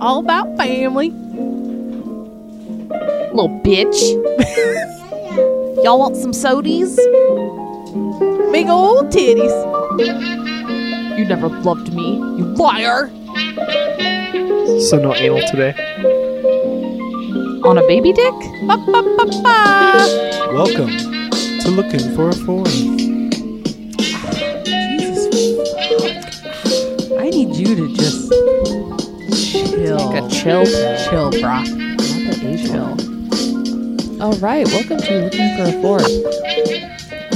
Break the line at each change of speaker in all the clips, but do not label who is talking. All about family.
Little bitch. Y'all want some sodies?
Big old titties.
You never loved me, you liar!
So no anal today.
On a baby dick?
Ba, ba, ba, ba.
Welcome to Looking for a Foreign.
Jesus. I need you to just chill.
Like a chill.
chill, bro. Chill.
All right, welcome to Looking for a Fourth.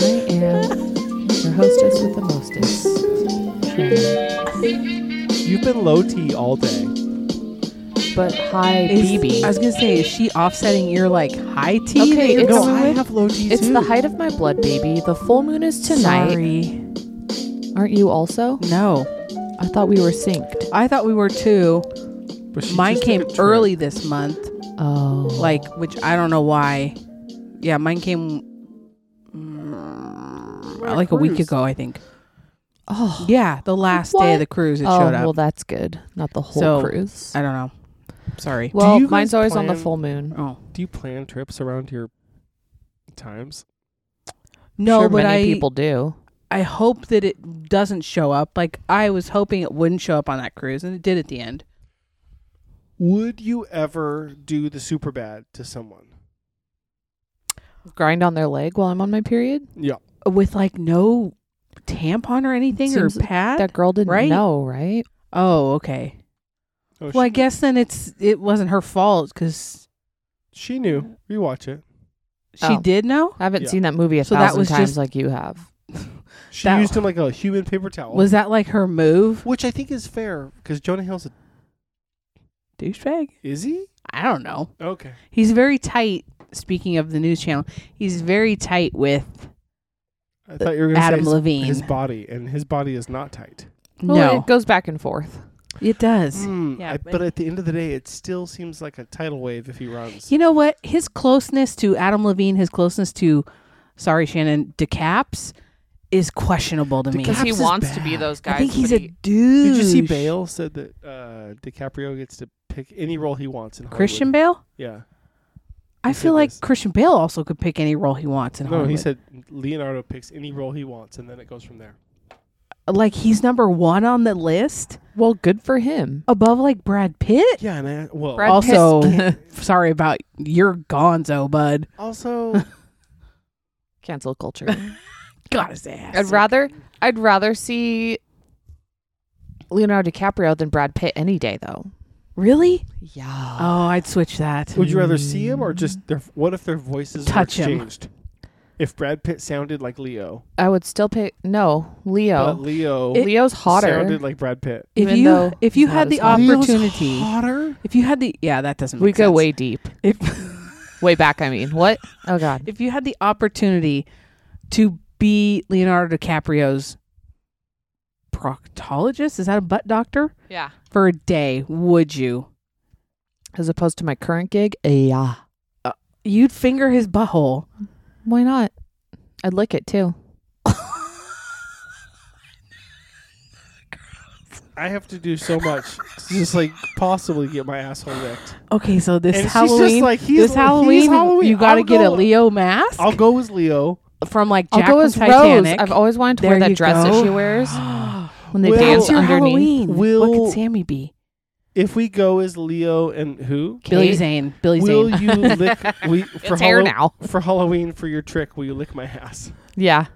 I am your hostess with the mostest.
You've been low T all day.
But hi,
Is-
BB.
I was gonna say, is she offsetting your like high tea?
Okay,
that you're
it's-
No,
going
I
with?
have low T
It's
too.
the height of my blood, baby. The full moon is tonight.
Sorry.
Aren't you also?
No,
I thought we were synced.
I thought we were too.
But she
Mine
just took
came
a trip.
early this month,
Oh.
like which I don't know why. Yeah, mine came mm, like a week
cruise.
ago, I think.
oh.
Yeah, the last day
What?
of the cruise it
oh,
showed up.
well, that's good. Not the whole
So,
cruise.
I don't know. Sorry.
well,
you
mine's
guys
always on the
plan-
full moon.
Oh
Do you plan trips around your times?
no,
sure,
but
many
I
people do.
I hope that it doesn't show up. Like I was hoping it wouldn't show up on that cruise, and it did at the end.
Would you ever do the super bad to someone?
Grind on their leg while I'm on my period.
Yeah.
with like no tampon or anything
Seems
or pad.
That girl didn't
right?
know, right?
oh, okay.
Oh,
Well, I
she,
guess then it's it wasn't her fault because
she knew. Rewatch it.
she
Oh.
did know.
I haven't
Yeah.
seen that movie a
So that
thousand
was
times
just-
like you have.
She
That-
used him like a human paper towel,
Was that like her move?
which I think is fair because Jonah Hill's a
Douchebag.
is he?
I don't know.
Okay.
He's very tight. Speaking of the news channel, he's very tight with
I thought you were going to say
Adam
his-
Levine.
his body, and his body is not tight.
Well,
no,
it goes back and forth.
it does.
yeah,
Yeah,
Hmm, I,
but-
but at the end of the day, it still seems like a tidal wave if he runs.
You know what? His closeness to Adam Levine, his closeness to, sorry Shannon, DeCaps, is questionable to me.
DeCaps
Because he
is
wants to
bad.
be those guys.
I think he's
but
a
he-
dude.
Did you see Bale said that uh, DiCaprio gets to pick any role he wants in Hollywood?
Christian Bale?
Yeah.
I
said
feel like
this.
Christian Bale also could pick any role he wants in
No,
Hollywood.
he said Leonardo picks any role he wants, and then it goes from there.
like he's number one on the list
well, good for him.
above like Brad Pitt.
Yeah, and I, well,
Brad
also,
Pitt.
sorry about your Gonzo, bud.
also,
Cancel culture.
Got his ass.
I'd rather I'd rather see Leonardo DiCaprio than Brad Pitt any day though. Um,
really?
Yeah.
Oh, I'd switch that.
would you rather see him or just their? What if their voices
Touch
were
him.
exchanged? If Brad Pitt sounded like Leo,
I would still pick no,
but
Leo.
Leo
Leo's hotter.
sounded like Brad Pitt.
If
even
you
though
if you
he's
had
not
the
as hot.
Leo's
opportunity,
hotter.
if you had the yeah, that doesn't.
we
make
go
sense.
way deep.
If
Way back, I mean. What? Oh god.
if you had the opportunity to be Leonardo DiCaprio's proctologist, is that a butt doctor
Yeah.
for a day? Would you?
As opposed to my current gig? eh, Yeah.
You'd finger his butthole.
Why not? I'd lick it too.
I have to do so much to just like possibly get my asshole licked.
Okay, so this
And she's just
Halloween,
like, he's-
this
he's
Halloween,
Halloween.
you
I'll
got to get a
go-
Leo mask
I'll go as Leo.
from like
I'll
Jack
go
from
as
Titanic.
Rose. I've always wanted to wear that
There you
dress that
go.
she wears when they
Well,
dance
That's your
underneath.
Halloween.
Will-
what could Sammy be?
If we go as Leo and who?
Billy
Kate,
Zane. Billy
will
Zane.
you lick we, for,
It's hair
Hallow-
now.
for Halloween for your trick? Will you lick my ass?
Yeah.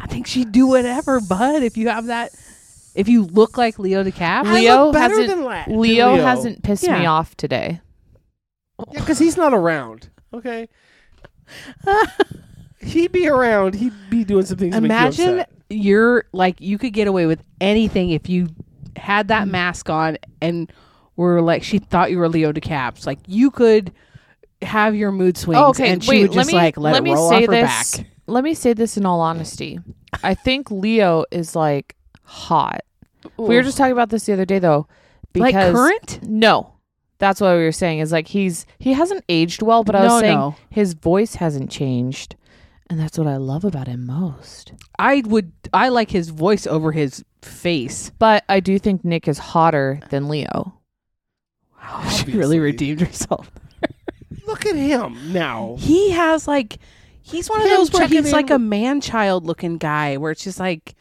I think she'd do whatever, bud. If you have that, if you look like Leo DiCaprio,
Leo
better
hasn't-
than la- than
Leo,
Leo.
hasn't pissed me
Yeah.
off today.
Yeah, because he's not around. Okay. he'd be around. He'd be doing some things. to make you
imagine
upset.
you're like you could get away with anything if you had
Mm.
that mask on and were like she thought you were Leo DiCaps. Like you could have your mood swings.
Oh,
and she would just like let, it roll off her
this.
back.
Let me say this in all honesty. I think Leo is like hot. We were just talking about this the other day though. Because
like current.
No. That's what we were saying is like he's he hasn't aged well, but I was
No,
saying
no.
his voice hasn't changed. And that's what I love about him most.
I would. I like his voice over his face.
But I do think Nick is hotter than Leo.
She
obviously.
really redeemed herself.
Look at him now.
He has like he's one of
Him
those where
checking
he's like
in-
a man child looking guy where it's just like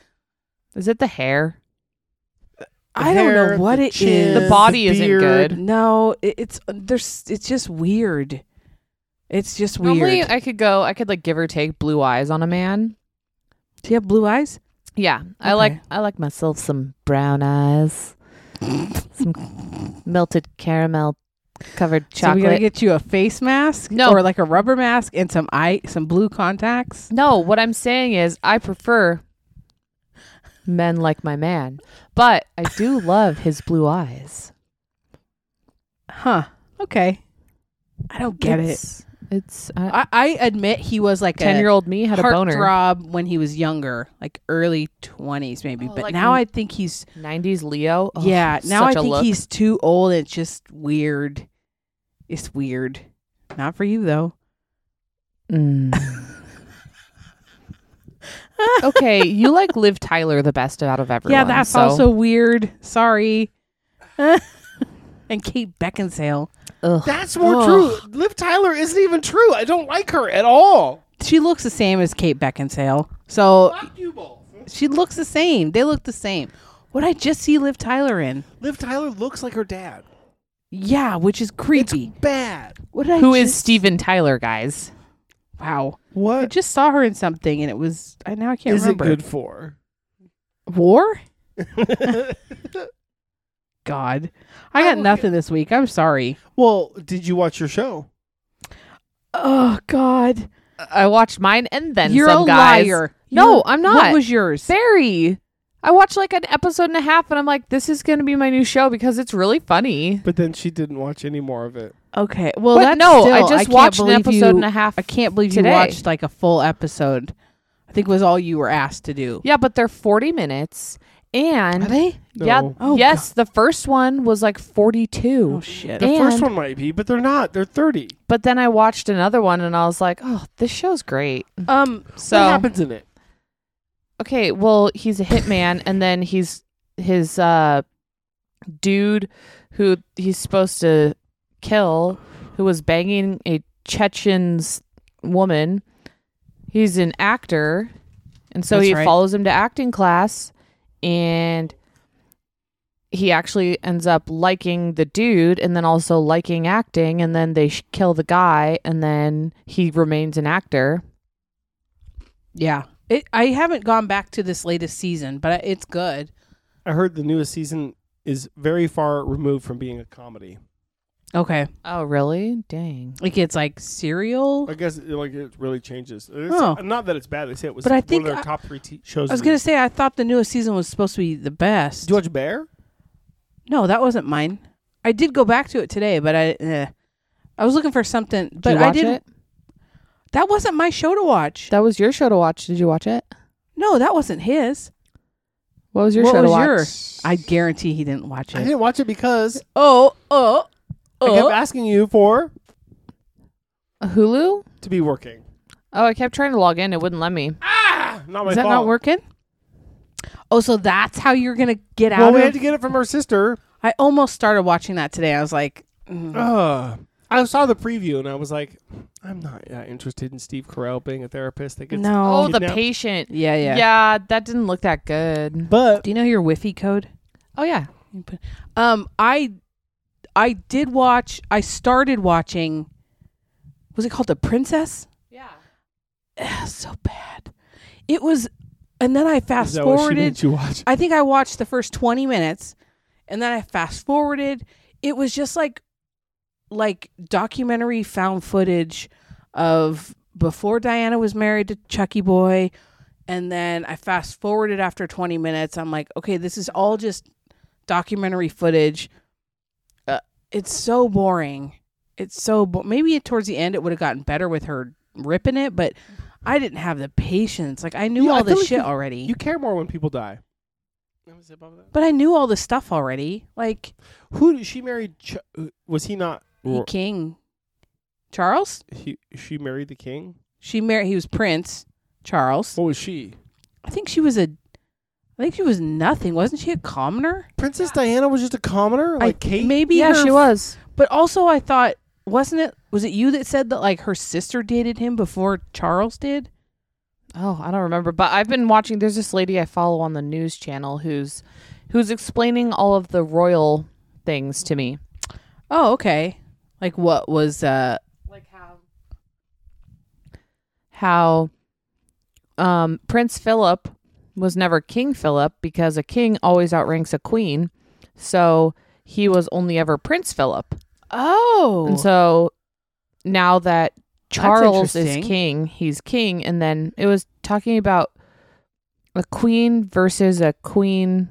Is it the hair?
The
I don't
hair,
know what
the
it is.
chin,
The body isn't
beard.
good.
No, it, it's uh, there's it's just weird. It's just weird.
Normally, I could go. I could like give or take blue eyes on a man.
Do you have blue eyes?
Yeah, I
Okay.
like I like myself some brown eyes, some melted caramel covered
So we're gonna
chocolate.
get you a face mask,
No.
or like a rubber mask and some eye, some blue contacts.
no, what I'm saying is I prefer men like my man, but I do love his blue eyes.
Huh? Okay. I don't get it.
it's, It's uh,
I, I admit he was like
ten
a
year old me had a boner.
heartthrob when he he was younger, like early twenties maybe.
Oh,
but
like
now
n-
I think he's
Nineties Leo. Oh,
yeah. Now I
such a
think
look.
he's too old. It's just weird. It's weird. Not for you though.
Mm. okay, you like Liv Tyler the best out of everyone.
yeah, that's
so-
also weird. Sorry. and Kate Beckinsale.
Ugh.
That's more
Ugh.
true. Liv Tyler isn't even true. I don't like her at all.
She looks the same as Kate Beckinsale. So
Fuck you both.
She looks the same. They look the same. What I just see Liv Tyler in.
Liv Tyler looks like her dad.
Yeah, which is
It's
creepy.
bad.
what did I
Who is
just-
Steven Tyler, guys?
Wow. I
What
just saw her in something and it was I now I can't
is
remember.
it good for?
War? God. I
I
got
will
nothing this week. I'm sorry.
Well, did you watch your show?
Oh God.
I watched mine and then
You're
some
a
guys.
liar.
No,
You're-
I'm
What
not.
was yours?
Barry. I watched like an episode and a half, and I'm like, this is going to be my new show because it's really funny.
But then she didn't watch any more of it.
Okay. Well
But
that's
no,
still-
I just
can't
watched an
believe
episode
you-
and a half.
I can't believe
today.
you watched like a full episode. I think was all you were asked to do.
Yeah, but they're 40 minutes, and
they?
yeah,
No.
Oh,
yes, the first one was like 42.
Oh shit.
The first
and-
one might be, but they're not. They're thirty.
But then I watched another one and I was like, oh, this show's great.
Um
So,
what happens in it?
okay, well, he's a hitman and then he's his uh dude who he's supposed to kill who was banging a Chechen's woman. He's an actor. And so
That's
he
right.
follows him to acting class and he actually ends up liking the dude and then also liking acting and then they sh- kill the guy and then he remains an actor.
Yeah. It, I haven't gone back to this latest season, but it's good.
I heard the newest season is very far removed from being a comedy.
Okay.
Oh, really? Dang.
Like it's like serial.
I guess it, like it really changes. It's,
Oh.
Not that it's bad. They say it was
But I
one
think
of their
I-
top three t- shows.
I was
of the
going
year.
to say, I thought the newest season was supposed to be the best.
Did you watch Bear?
No, that wasn't mine. I did go back to it today, but I eh. I was looking for something,
Did
but
you
I
watch
didn't.
it?
That wasn't my show to watch.
That was your show to watch. Did you watch it?
no, that wasn't his.
What was your
What
show to
was
watch?
yours? I guarantee he didn't watch
I
it.
didn't watch it because
Oh, oh,
I kept
oh.
asking you for
Hulu?
to be working.
Oh, I kept trying to log in. It wouldn't let me.
Ah, not my
Is that
fault.
not working? Oh, so that's how you're gonna get out
Well, we
of
had to get it from her sister.
I almost started watching that today. I was like, mm.
Uh, I saw the preview and I was like, I'm not that interested in Steve Carell being a therapist. That gets
no.
Oh, the
Kidnapped.
patient.
yeah, yeah,
Yeah. that didn't look that good.
But
Do you know your Wi-Fi code?
Oh yeah.
You put- Um, I, I did watch. I started watching. Was it called The Princess?
Yeah.
Ugh, so bad. It was, and then I
is
fast
that what she
forwarded.
made you watch?
I think I watched the first twenty minutes, and then I fast forwarded. It was just like, like documentary found footage of before Diana was married to Chucky Boy, and then I fast forwarded after 20 minutes. I'm like, okay, this is all just documentary footage. Uh, it's so boring. It's so bo- maybe towards the end it would have gotten better with her ripping it, but I didn't have the patience. Like I knew
Yeah, I
all
feel
this
like
shit already,
You care more when people die. Let me see above that.
but I knew all this stuff already. Like
Who did she married? Ch- uh, was he not?
he
or
King Charles,
he, she married the king.
she married. He was Prince Charles.
What was she?
I think she was a. I think she was nothing. Wasn't she a commoner?
Princess Diana was just a commoner, like
I,
Kate.
Maybe
yeah,
her
she was.
But also, I thought, wasn't it? Was it you that said that like her sister dated him before Charles did?
Oh, I don't remember, but I've been watching. There's this lady I follow on the news channel who's who's explaining all of the royal things to me.
Oh, okay. Like what was uh
like how how um Prince Philip was never King Philip because a king always outranks a queen. So he was only ever Prince Philip.
oh
And so now that Charles is
interesting.
king, he's king and then it was talking about a queen versus a queen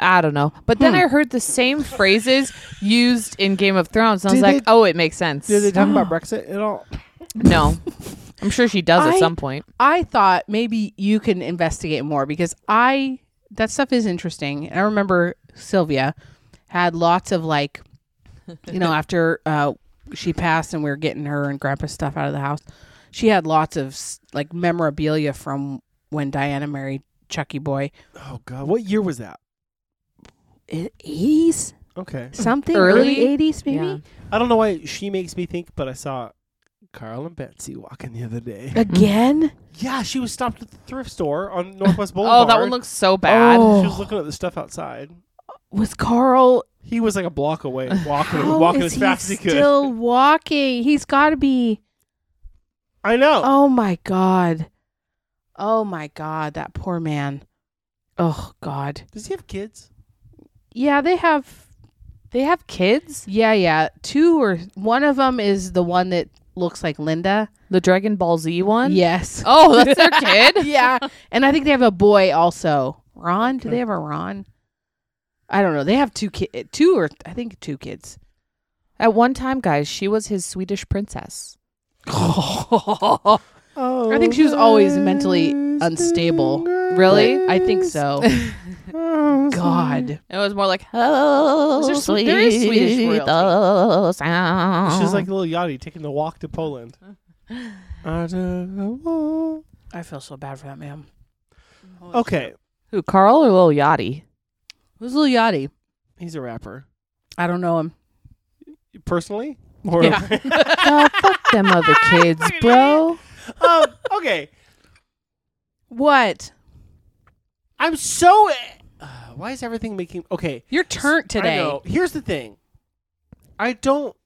I don't know. But then
Hmm.
I heard the same phrases used in Game of Thrones and I was
Did
like,
it-
"Oh, it makes sense."
Did they talk about Brexit at all?
No. I'm sure she does
I-
at some point.
I thought maybe you can investigate more because I that stuff is interesting. And I remember Sylvia had lots of like, you know, after uh, she passed and we were getting her and Grandpa's stuff out of the house, she had lots of s- like memorabilia from when Diana married Chucky Boy. E,
Oh God, what year was that?
Eighties
Okay,
something
Early?
early eighties maybe.
Yeah.
I don't know why she makes me think, but I saw Carl and Betsy walking the other day.
Again,
yeah, she was stopped at the thrift store on Northwest Boulevard.
Oh, that one looks so bad.
Oh.
She was looking at the stuff outside.
was Carl
He was like a block away, walking,
how
walking
is
as fast as
he
he could.
still walking? He's got to be.
I know.
Oh my god. Oh my god, that poor man. Oh god.
Does he have kids?
Yeah, they have
They have kids?
Yeah, yeah. Two or one of them is the one that looks like Linda.
The Dragon Ball Z one?
Yes.
Oh, that's their kid?
yeah. And I think they have a boy also. Ron, do they have a Ron? I don't know. They have two ki- two or I think two kids.
At one time, guys, she was his Swedish princess.
Oh,
I think she was always mentally unstable.
Really?
I think so. God.
It was more like, oh,
Is there Swe- there is Swedish
sweet
royalty.
the
She's
sound.
like little Yachty taking the walk to Poland. Out of the wall.
I feel so bad for that man.
okay,
Who, Carl or Lil Yachty?
Who's Lil Yachty?
he's a rapper.
I don't know him.
Personally, or
Yeah.
oh, fuck them other kids, bro.
um, okay.
What?
I'm so. Uh, why is everything making okay?
You're turnt today.
I know. Here's the thing. I don't.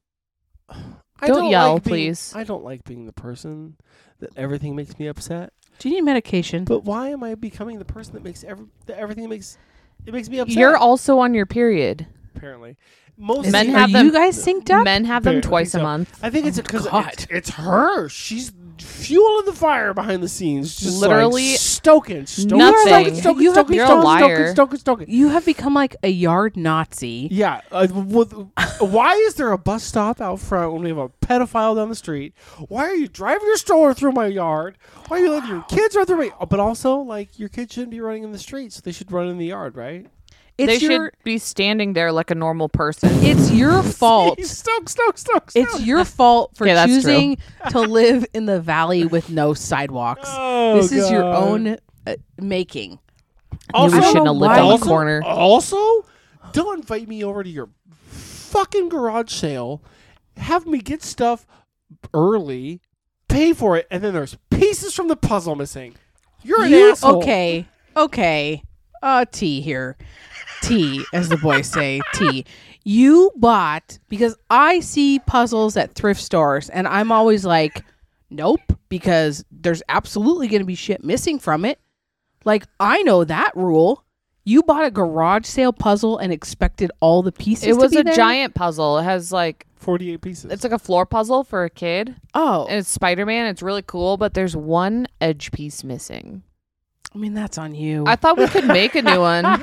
I
Don't
don't, like
yell,
being-
please.
I don't like being the person that everything makes me upset.
Do you need medication?
But why am I becoming the person that makes every, that everything makes it makes me upset?
You're also on your period.
apparently most
Is Men
are
have Oh,
you
them-
guys synced up?
Men have them
Apparently
twice a
so.
month.
I think it's because
God.
it's, it's her. She's fueling the fire behind the scenes, just
Literally
like stoking, stoking,
nothing.
stoking, stoking,
You have
stoking,
You're a
stoking,
liar.
stoking, stoking, stoking.
You have become like a yard Nazi.
Yeah. Uh, with, why is there a bus stop out front when we have a pedophile down the street? Why are you driving your stroller through my yard? Why are you letting your kids run through my? oh, But also, like, your kids shouldn't be running in the streets. they should run in the yard, right?
It's
they
your
should be standing there like a normal person.
it's your fault.
Stoke, stoke, stoke, stoke.
It's your fault for
Okay, that's true.
choosing to live in the valley with no sidewalks.
Oh,
this is your
God.
own uh, making.
Also,
I shouldn't have lived on the
also-
corner.
Also, don't invite me over to your fucking garage sale. Have me get stuff early, pay for it, and then there's pieces from the puzzle missing. You're an
You-
asshole.
okay, okay. Uh, T here, T as the boys say. T. You bought because I see puzzles at thrift stores, and I'm always like, nope, because there's absolutely going to be shit missing from it. Like I know that rule. You bought a garage sale puzzle and expected all the pieces.
It
to
was
be
a
there?
giant puzzle. It has like,
Forty-eight pieces.
it's like a floor puzzle for a kid.
Oh,
and it's Spider Man. It's really cool, but there's one edge piece missing.
I mean that's on you.
I thought we could make a new one. I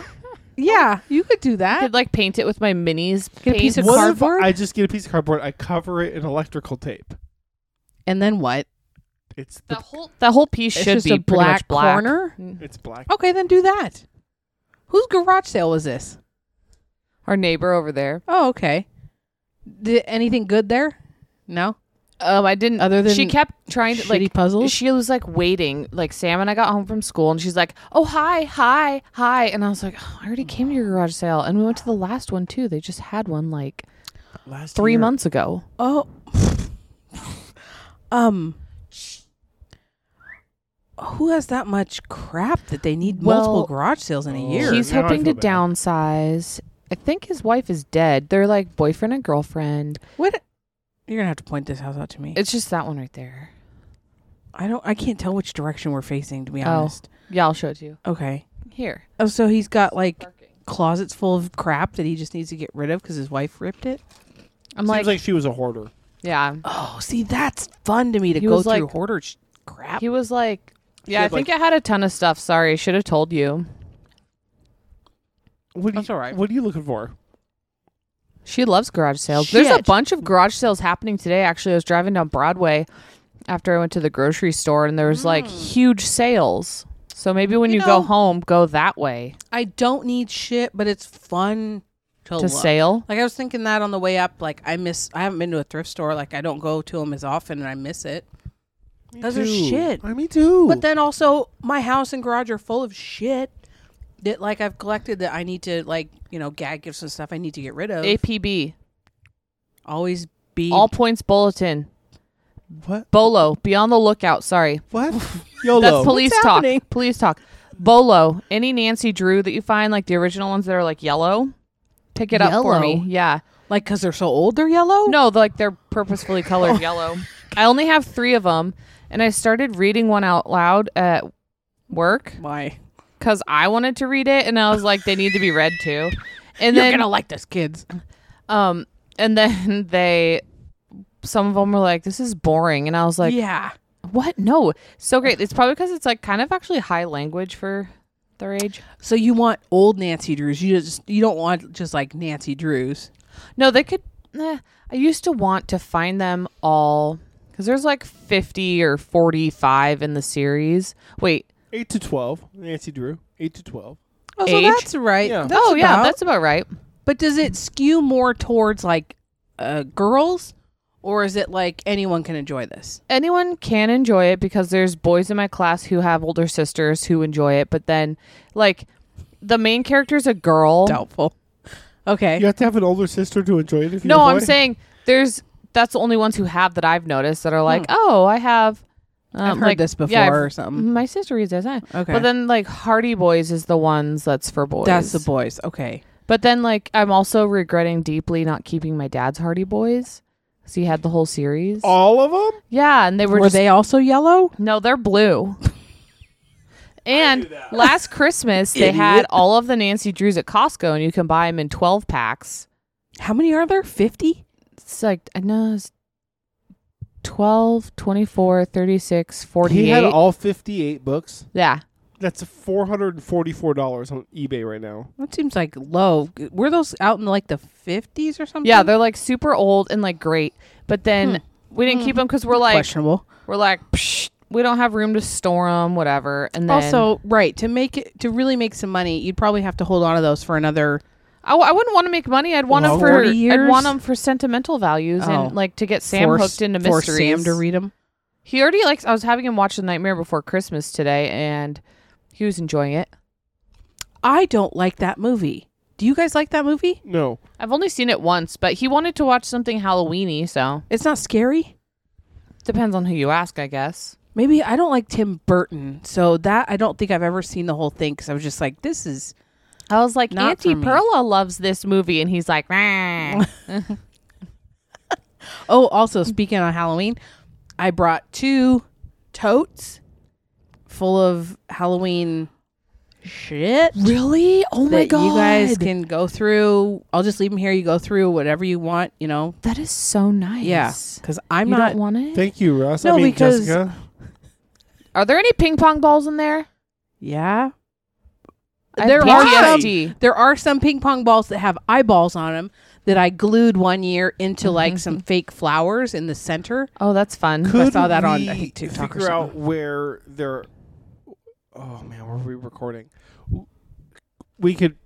yeah, you could do that.
could like paint it with my minis.
Get a piece
paint.
of
what
cardboard?
if I just get a piece of cardboard? I cover it in electrical tape.
and then what?
It's
the
the,
whole the whole piece
It's
should
just
be
a
pretty much
black
black Mm.
corner?
it's black.
Okay, then do that. Whose garage sale was this?
Our neighbor over there.
Oh, okay. Did anything good there? No.
Um, I didn't.
Other than
she kept trying to
shitty
like
puzzles?
She was like waiting. Like Sam and I got home from school, and she's like, "Oh hi, hi, hi," and I was like, oh, "I already came to your garage sale, and we went to the last one too. They just had one like
Last
three
year-
months ago."
Oh. um. Who has that much crap that they need
Well,
multiple garage sales in a year?
He's
Now I
hoping to
feel bad.
downsize. I think his wife is dead. They're like boyfriend and girlfriend.
what? You're gonna have to point this house out to me.
It's just that one right there.
I don't. I can't tell which direction we're facing. To be
Oh.
honest.
Yeah, I'll show it to you.
Okay.
Here.
Oh, so he's got like closets full of crap that he just needs to get rid of because his wife ripped it.
I'm
Seems
like,
like, she was a hoarder.
yeah.
Oh, see, that's fun to me to
He
go
was
through
like-
hoarder sh- crap.
He was like, yeah, I
had,
think I had a ton of stuff. Sorry, should have told you.
What do
That's
you,
all right.
What are you looking for?
She loves garage sales. There's a
Shit.
bunch of garage sales happening today. Actually, I was driving down Broadway after I went to the grocery store, and there was like huge sales. So maybe when you,
Hmm. You
go
know-
home, go that way
I don't need shit, but it's fun to,
to
look.
sale.
Like I was thinking that on the way up. Like I miss. I haven't been to a thrift store. Like I don't go to them as often, and I miss it. Those are
Dude,
shit.
I, me too.
But then also, my house and garage are full of shit that like I've collected that I need to like you know gag gifts and stuff I need to get rid of. E
APB,
Always be
all points bulletin.
what?
Bolo, be on the lookout. Sorry.
What? YOLO.
That's police
What's
talk.
happening?
Police talk. Bolo, any Nancy Drew that you find, like the original ones that are like yellow, pick it up for
Yellow?
me. Yeah.
like because they're so old, they're yellow.
No, they're, like they're purposefully
Oh.
colored yellow. I only have three of them, and I started reading one out loud at work
why?
because I wanted to read it, and I was like, they need to be read too. And
You're
then,
gonna like this, kids.
um, and then they, some of them were like, this is boring, and I was like,
yeah,
what? No, so great. It's probably because it's like kind of actually high language for their age.
So you want old Nancy Drews? You just you don't want just like Nancy Drews.
No, they could. eh, I used to want to find them all because there's like 50 or 45 in the series. Wait.
Eight to twelve. Nancy Drew. Eight to twelve.
Oh, so
Age?
that's right.
Yeah.
That's
oh, yeah.
about-
That's about right.
But does it skew more towards like uh, girls, or is it like anyone can enjoy this?
Anyone can enjoy it because there's boys in my class who have older sisters who enjoy it. But then, like, the main character's a girl.
Doubtful. Okay.
You have to have an older sister to enjoy it. If you
No, I'm
enjoy it?
saying there's. That's the only ones who have that I've noticed that are like, oh, I have. Um,
Hmm. I've heard
like-
this before
yeah, I've-
or something.
My sister reads that.
Okay.
But then, like, Hardy Boys is the ones that's for boys.
That's the boys. Okay.
But then, like, I'm also regretting deeply not keeping my dad's Hardy Boys because he had the whole series.
all of them.
yeah, and they were,
Were,
just,
they also yellow?
no, they're blue. and last Christmas, they had all of the Nancy Drews at Costco, and you can buy them in 12 packs.
How many are there? 50?
It's like, I know it's 12, 24, 36,
He
48.
had all fifty-eight books.
yeah.
That's four hundred and forty-four dollars on eBay right now.
That seems like low. Were those out in like the 50s or something?
Yeah, they're like super old and like great. But then we didn't keep them because we're like,
questionable.
we're like, Psh, we don't have room to store them, whatever. And then
also, right, to make it to really make some money, you'd probably have to hold on to those for another
I, w- I wouldn't want to make money. I'd want them
Well,
for
40
I'd
years?
want 'em for sentimental values
Oh.
and like to get Sam
force-
hooked into
force
mysteries.
Sam to read them.
He already likes. I was having him watch The Nightmare Before Christmas today, and he was enjoying it.
I don't like that movie. Do you guys like that movie?
No,
I've only seen it once, but he wanted to watch something Halloweeny. So
It's not scary.
depends on who you ask, I guess.
Maybe I don't like Tim Burton, so that I don't think I've ever seen the whole thing because I was just like, this is
I was like,
Not for
Auntie
me.
Perla loves this movie, and he's like, "Meh."
Oh, also speaking on Halloween, I brought two totes full of Halloween shit.
really? Oh my
That
god!
you guys can go through. I'll just leave them here. You go through whatever you want, you know.
That is so nice.
Yeah, because I'm
You
not.
don't want it.
thank you, Russ. I
No,
mean,
because-
Jessica.
Are there any ping pong balls in there?
yeah,
I have
There are
PTSD.
there are some ping pong balls that have eyeballs on them that I glued one year into like some fake flowers in the center.
Oh, that's fun.
Could
saw that on, I
we
think, TikTok or
Figure out where they're. Oh man, where are we recording? We could.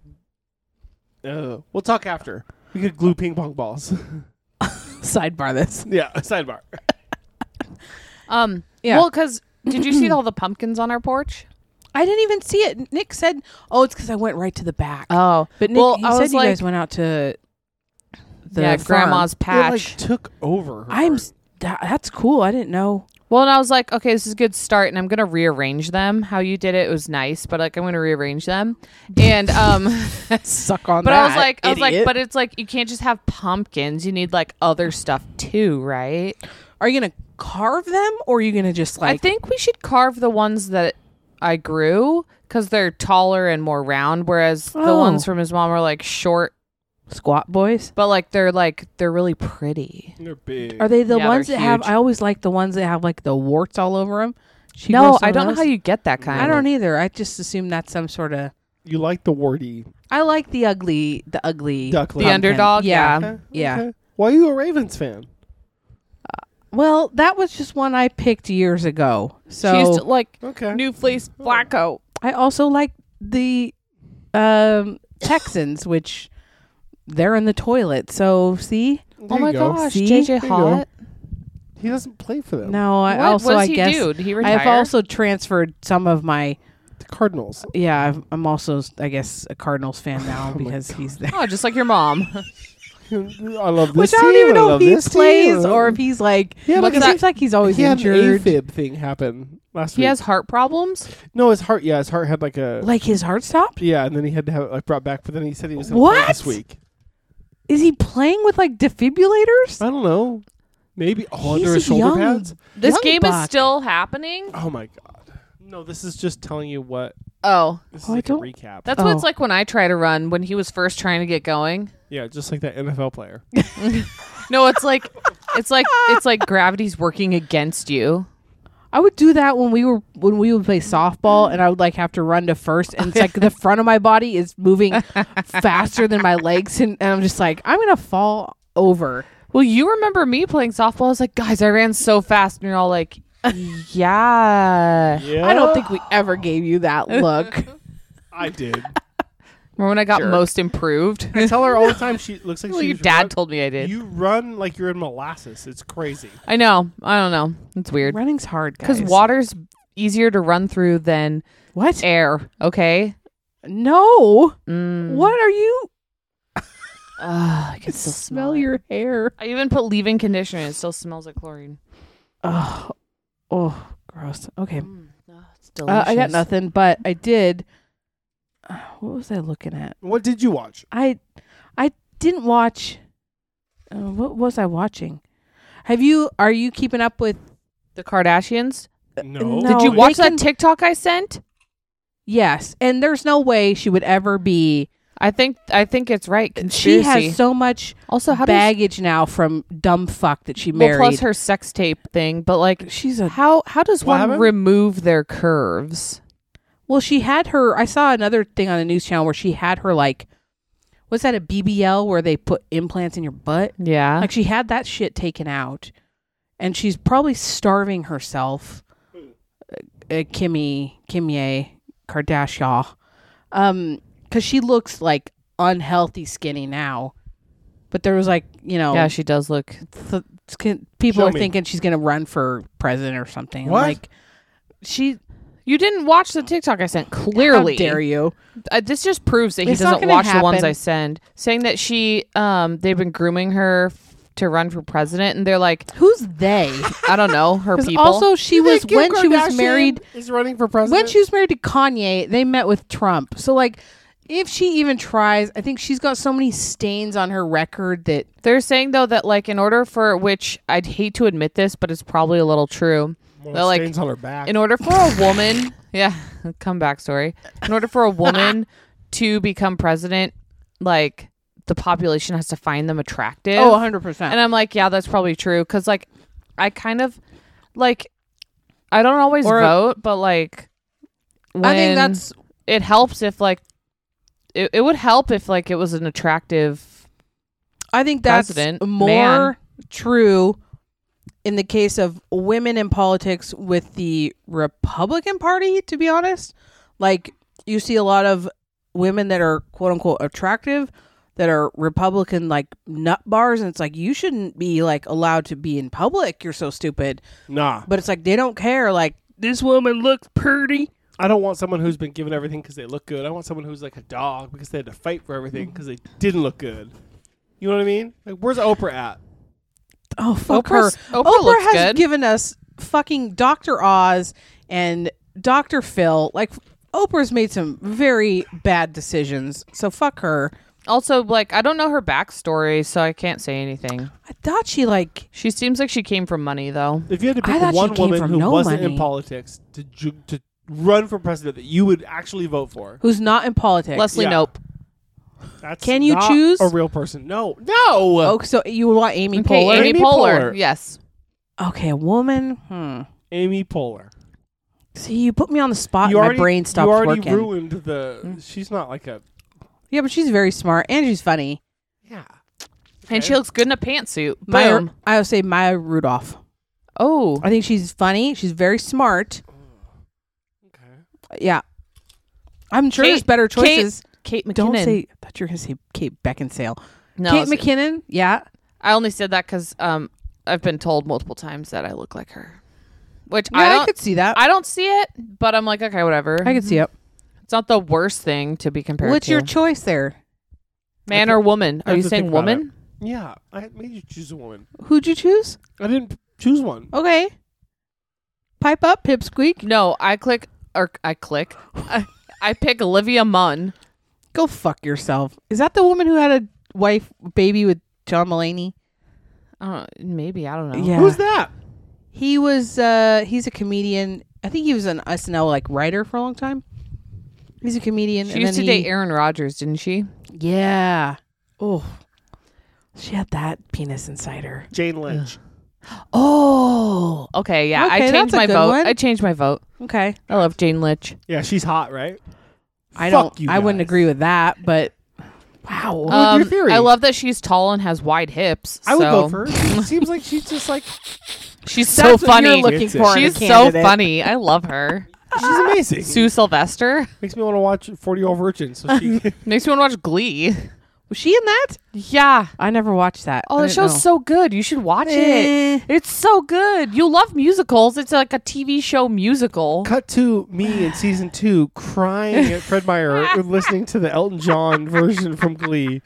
Uh, we'll talk after. We could glue ping pong balls.
Sidebar this.
yeah, sidebar.
Um,
Yeah.
Well, because did you see all the pumpkins on our porch?
I didn't even see it. Nick said, "Oh, it's because I went right to the back."
Oh,
but Nick,
well,
he
I
said
was
you
like,
guys went out to the
yeah,
farm.
grandma's
It
patch.
like took over. her.
I'm. s- That, that's cool. I didn't know.
Well, and I was like, okay, this is a good start, and I'm gonna rearrange them. How you did it was nice, but like I'm gonna rearrange them, and um,
Suck on
but
that.
I was like, I was like,
idiot.
but it's like you can't just have pumpkins. You need like other stuff too, right?
are you gonna carve them or are you gonna just like?
I think we should carve the ones that I grew because they're taller and more round, whereas the
Oh.
ones from his mom are like short,
squat boys.
but like they're like they're really pretty.
They're big.
Are they the
Yeah,
ones that
they're
have?
huge.
I always like the ones that have like the warts all over them.
no, I don't know how you get that kind.
I don't either. I just assume that's some sort of.
you like the warty
I like the ugly, the ugly,
duckling?
The
pumpkin.
underdog, yeah.
Okay,
yeah.
okay. Why are you a Ravens fan?
Well, that was just one I picked years ago. So
she used to like
Okay.
new fleece blacko.
I also like the um, Texans, which they're in the toilet. So see,
There
Oh
you
my
go.
gosh,
See?
JJ
There you
Hott.
He doesn't play for them.
no, I
What?
also
what does
I
he
guess
do? Did he retire?
I've also transferred some of my
The Cardinals.
yeah. I've, I'm also I guess a Cardinals fan now because he's there.
oh, just like your mom.
I love this
Which I
team,
don't even know
love
if he
this team,
plays
I love-
or if he's like.
Yeah,
Yeah,
like
it
that-
seems like he's always
he had an
injured.
AFib thing happen last
he
week.
has heart problems.
no, his heart. Yeah, his heart had like a
Like his heart stopped.
yeah, and then he had to have it like brought back. But then he said he was gonna play
What?
this week.
Is he playing with like defibrillators?
I don't know. Maybe oh, under
He's
his shoulder
young.
pads.
This
Young
game is
buck.
still happening.
Oh my god. No, this is just telling you what.
Oh,
This is
Oh, I
like a
don't-
recap.
that's what it's
Oh.
like when I try to run when he was first trying to get going.
yeah, just like that NFL player.
No, it's like it's like it's like gravity's working against you.
I would do that when we were when we would play softball, and I would like have to run to first, and it's like the front of my body is moving faster than my legs, and, and I'm just like I'm gonna fall over.
Well, you remember me playing softball? I was like, guys, I ran so fast, and you're all like, yeah.
Yeah,
I don't think we ever gave you that look.
I did.
Remember when I got
Jerk.
most improved?
I tell her all the time. She looks like
well,
she
your
was
dad
run-
told me I did.
You run like you're in molasses. It's crazy.
I know. I don't know. It's weird
Running's hard, guys.
because water's easier to run through than
What?
air. Okay.
No.
Mm.
What are you?
Ugh, I
I
can
can
still
smell,
smell it.
your hair.
I even put leave-in conditioner. It still smells like chlorine.
Oh, oh, gross. Okay,
Mm. it's
uh, I got nothing, but I did. Uh, what was I looking at?
What did you watch?
I I didn't watch. Uh, what was I watching? Have you? Are you keeping up with? uh,
The Kardashians.
No.
no.
Did you
Oh, they
watch
can-
that TikTok I sent?
Yes, and there's no way she would ever be.
I think I think it's right.
She
Conspiracy.
has so much
also how
baggage now from dumb fuck that she
does well,
married.
plus her sex tape thing, but like
She's a
how how does
What
one
happened?
remove their curves?
well. She had her. I saw another thing on the news channel where she had her like, was that a BBL where they put implants in your butt?
Yeah.
Like she had that shit taken out, and she's probably starving herself. Uh, uh, Kimmy, Kimye, Kardashian, um, because she looks like unhealthy skinny now. But there was like you know,
yeah, she does look.
th- skin- people
Show
are
me.
thinking she's gonna run for president or something.
What?
Like she
You didn't watch the TikTok I sent. Clearly,
clearly dare you?
Uh, this just proves that he
It's not
doesn't
gonna
watch the ones
happen.
I send. Saying that she, um, they've been grooming her f- to run for president, and they're like,
Who's they?
I don't know, her
'Cause
people.
also she was when she was married.
is running for president.
When she was married to Kanye, they met with Trump. So like if she even tries, I think she's got so many stains on her record that
They're saying though that like in order for which I'd hate to admit this, but it's probably a little true.
well,
They're like
stains on her back.
in order for a woman, yeah, comeback story. In order for a woman to become president, like the population has to find them attractive.
100%.
and I'm like, yeah, that's probably true because like I kind of like I don't always
Or-
vote, but like when
I think that's
it helps if like it, it would help if like it was an attractive
I think that's
President,
more
man.
true in the case of women in politics with the Republican Party, to be honest. Like you see a lot of women that are quote unquote attractive that are Republican like nut bars, and it's like you shouldn't be like allowed to be in public. You're so stupid.
Nah,
But it's like they don't care. Like this woman looks pretty.
I don't want someone who's been given everything because they look good. I want someone who's like a dog because they had to fight for everything because they didn't look good. You know what I mean? Like, where's Oprah at?
Oh fuck
Oprah's-
her!
Oprah
Oprah,
looks
has
good.
given us fucking Doctor Oz and Doctor Phil. Like Oprah's made some very bad decisions, so fuck her.
Also, like, I don't know her backstory, so I can't say anything.
I thought she like
She seems like she came from money, though.
If you had to
I
pick
thought she
one
came
woman
from
who
no
wasn't in
money.
politics to ju- to run for president that you would actually vote for,
who's not in politics.
Leslie
Yeah.
Nope.
that's
Can you
not
choose?
a real person? No, no.
Oh, so you want Amy
Okay,
Poehler?
Amy
Amy
Poehler.
Poehler.
Yes.
okay, a woman. Hmm.
Amy Poehler.
See, you put me on the spot.
you
and
already,
Uh, my brain stops
you already
working.
ruined the. She's not like a.
yeah, but she's very smart and she's funny.
Yeah.
And she looks good in a pantsuit.
Maya,
Boom.
I would say Maya Rudolph.
oh.
I think she's funny. She's very smart.
Okay.
Yeah, I'm sure
Kate-
there's better
Kate-
choices.
Kate McKinnon.
Don't say. I thought you were gonna say Kate Beckinsale.
no,
Kate McKinnon. Yeah.
I only said that because um, I've been told multiple times that I look like her. Which
Yeah,
I
I,
don't.
could see that. I,
I don't see it, but I'm like, okay, whatever.
could see it.
It's not the worst thing to be compared
What's
to.
your choice there?
man or woman? Are
I have
you
to
saying
think about
woman?
Yeah, I made you choose a woman.
Who'd you choose?
I didn't choose one.
Okay. Pipe up, pipsqueak.
No, I click or I click. I, I pick Olivia Munn.
Go fuck yourself. Is that the woman who had a wife baby with John Mulaney?
I don't know, maybe I don't know.
Who's that?
He was uh he's a comedian. I think he was an SNL like writer for a long time. He's a comedian.
She
and
used to
then he-
date Aaron Rodgers, didn't she?
Yeah. Oh. She had that penis inside her.
Jane Lynch.
Oh, okay, yeah. I
Okay,
changed
that's a
my
good
vote.
one.
I changed my vote.
Okay.
I love Jane Lynch.
Yeah, she's hot, right? Fuck
I don't
you
I wouldn't
guys.
agree with that, but wow.
Oh,
Well, your theory.
Um, I love that she's tall and has wide hips.
I would
so-
vote for her. She seems like she's just like
She's so
That's what
funny.
you're looking
Gets it.
for in a
She's so
candidate.
funny. I love her.
she's amazing.
Sue Sylvester
Makes me want to watch Forty Year Old Virgin. So she
makes me want to watch Glee.
Was she in that?
Yeah.
I never watched that.
Oh,
I
the
didn't
show's
know.
so good. You should watch
Eh.
it. It's so good. You love musicals. It's like a TV show musical.
cut to me in season two crying at Fred Meyer and listening to the Elton John version from Glee.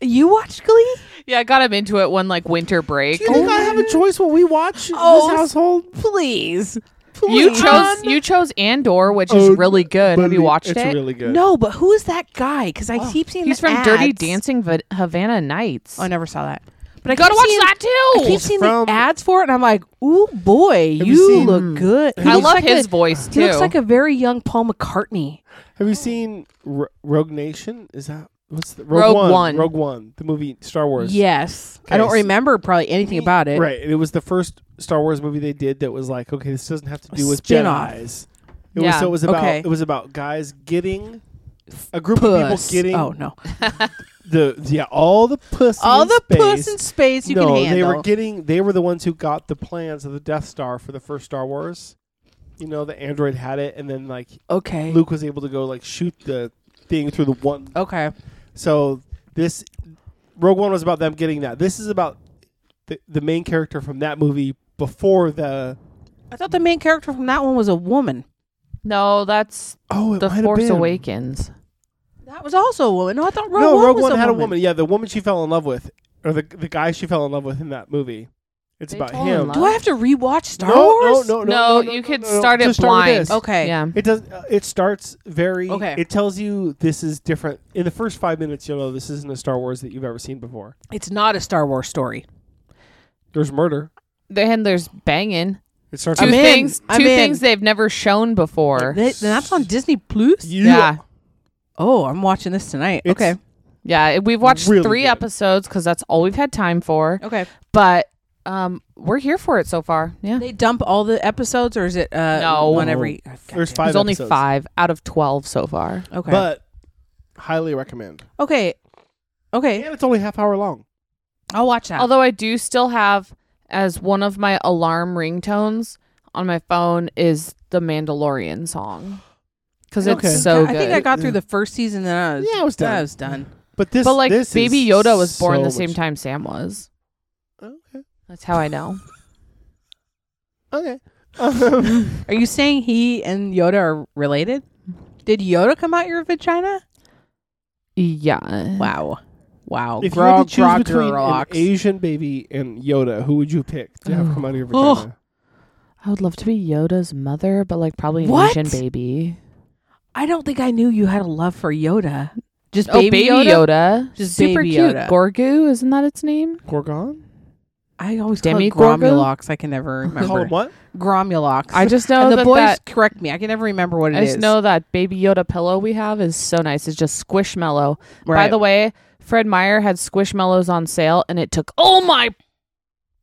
You watched Glee?
Yeah, I got him into it one like winter break.
Do you think I have a choice what we watch in
Oh,
this household?
Please. Please.
You chose you chose Andor, which is
Oh,
really good. Have
But
you watched
it's
it?
It's really good.
No, but who is that guy? Because I keep seeing
Oh, He's
the
from Dirty
ads.
Dancing Va- Havana Nights.
Oh, I never saw that. But I
gotta
keep
watch
seeing-
that too.
I keep seeing
From-
the ads for it, and I'm like, "Ooh boy, you,
you seen-
look good." He
I
looks
love
like
his
a-
voice
He
too.
looks like a very young Paul McCartney.
Have
Oh.
you seen R- Rogue Nation? Is that what's the,
Rogue
One,
One.
Rogue One, the movie Star Wars.
Yes, I
Okay,
don't
so-
remember probably anything about it.
Right. and It was the first Star Wars movie they did that was like, okay, this doesn't have to do with
Spin-off.
Jedi's. It was
Yeah,
so it was about
okay.
it was about guys getting a group
Puss.
of people getting
oh no,
the yeah all the puss
all
in
the
space.
puss in space you
no,
can handle.
they were getting they were the ones who got the plans of the Death Star for the first Star Wars. You know, the android had it, and then like
okay,
Luke was able to go like shoot the thing through the one
okay,
So this Rogue One was about them getting that. This is about the, the main character from that movie before the
I thought the main character from that one was a woman.
no, that's
oh it
The
might have
Force
been.
Awakens.
That was also a woman. No, I thought Rogue
no,
One
Rogue
was
One
a
had
woman.
a woman. Yeah, the woman she fell in love with, or the the guy she fell in love with in that movie. It's
They
about
fall in
him.
love?
Oh, Do I have to rewatch Star
no, no,
Wars?
Oh, no, no,
No,
no,
you could
no, no.
start it
Just with
blind.
this.
Okay.
Yeah.
It does. Uh, it starts very.
Okay.
It tells you this is different. In the first five minutes, you'll know this isn't a Star Wars that you've ever seen before.
It's not a Star Wars story.
There's murder.
Then there's banging.
It starts.
Two
I'm
with
in.
things.
I'm
two
in.
things they've never shown before.
They, then that's on Disney Plus.
you.
Yeah.
Oh, I'm watching this tonight.
It's-
okay.
Yeah. it- We've watched
Really
three
good.
episodes because that's all we've had time for.
Okay.
But um, we're here for it so far. Yeah.
They dump all the episodes, or is it uh,
No.
one every? oh,
There's
goddamn.
five.
There's only
episodes.
five out of 12 so far.
Okay.
But highly recommend.
okay. Okay.
And it's only half hour long.
I'll watch that.
Although I do still have, as one of my alarm ringtones on my phone, is the Mandalorian song. Because it's
Okay.
so
I
good.
think I got through the first season, and I was
Yeah, I was done.
I was done.
But this,
but like
this is
Baby Yoda was born
so
the same
much-
time Sam was.
Okay.
That's how I know.
Okay. Um,
Are you saying he and Yoda are related? Did Yoda come out your vagina?
yeah.
Wow. Wow.
if you had
Grog,
to choose
grog,
between an
grog.
Asian baby and Yoda, who would you pick to have come out of your
Oh.
vagina?
I would love to be Yoda's mother, but like probably an
What?
Asian baby.
I don't think I knew you had a love for Yoda. Just
oh, Baby Yoda.
Just
super
Baby
cute.
Yoda.
Gorgu, isn't that its name?
Gorgon?
I always call it
Demi-Gorgo?
Gromulox. I can never remember.
Call him what?
Gromulox.
I just know
and the
that,
boys
that-
correct me. I can never remember what it is.
I just know that Baby Yoda pillow we have is so nice. It's just squishmallow. By
Right.
the way, Fred Meyer had squishmallows on sale, and it took all my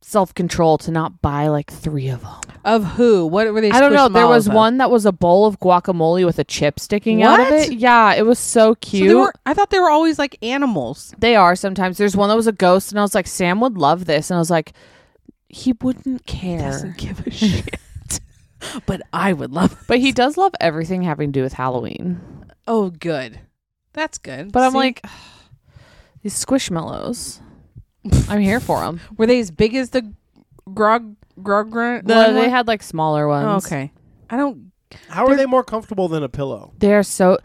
self control to not buy like three of them.
of who? What were they?
I don't know. There
squishmallows
was
of?
one that was a bowl of guacamole with a chip sticking out of
What?
it. Yeah, it was so
So
cute.
they were, I thought they were always like animals.
They are sometimes. There's one that was a ghost, and I was like, Sam would love this, and I was like, he wouldn't care,
give a shit. but I would love.
but he does love everything having to do with Halloween.
Oh, good. That's good.
But I'm
See?
like, these squishmallows. I'm here for them.
were they as big as the grog grog grunt?
No, they had like smaller ones.
Oh, okay. I don't.
How are they more comfortable than a pillow?
they're so.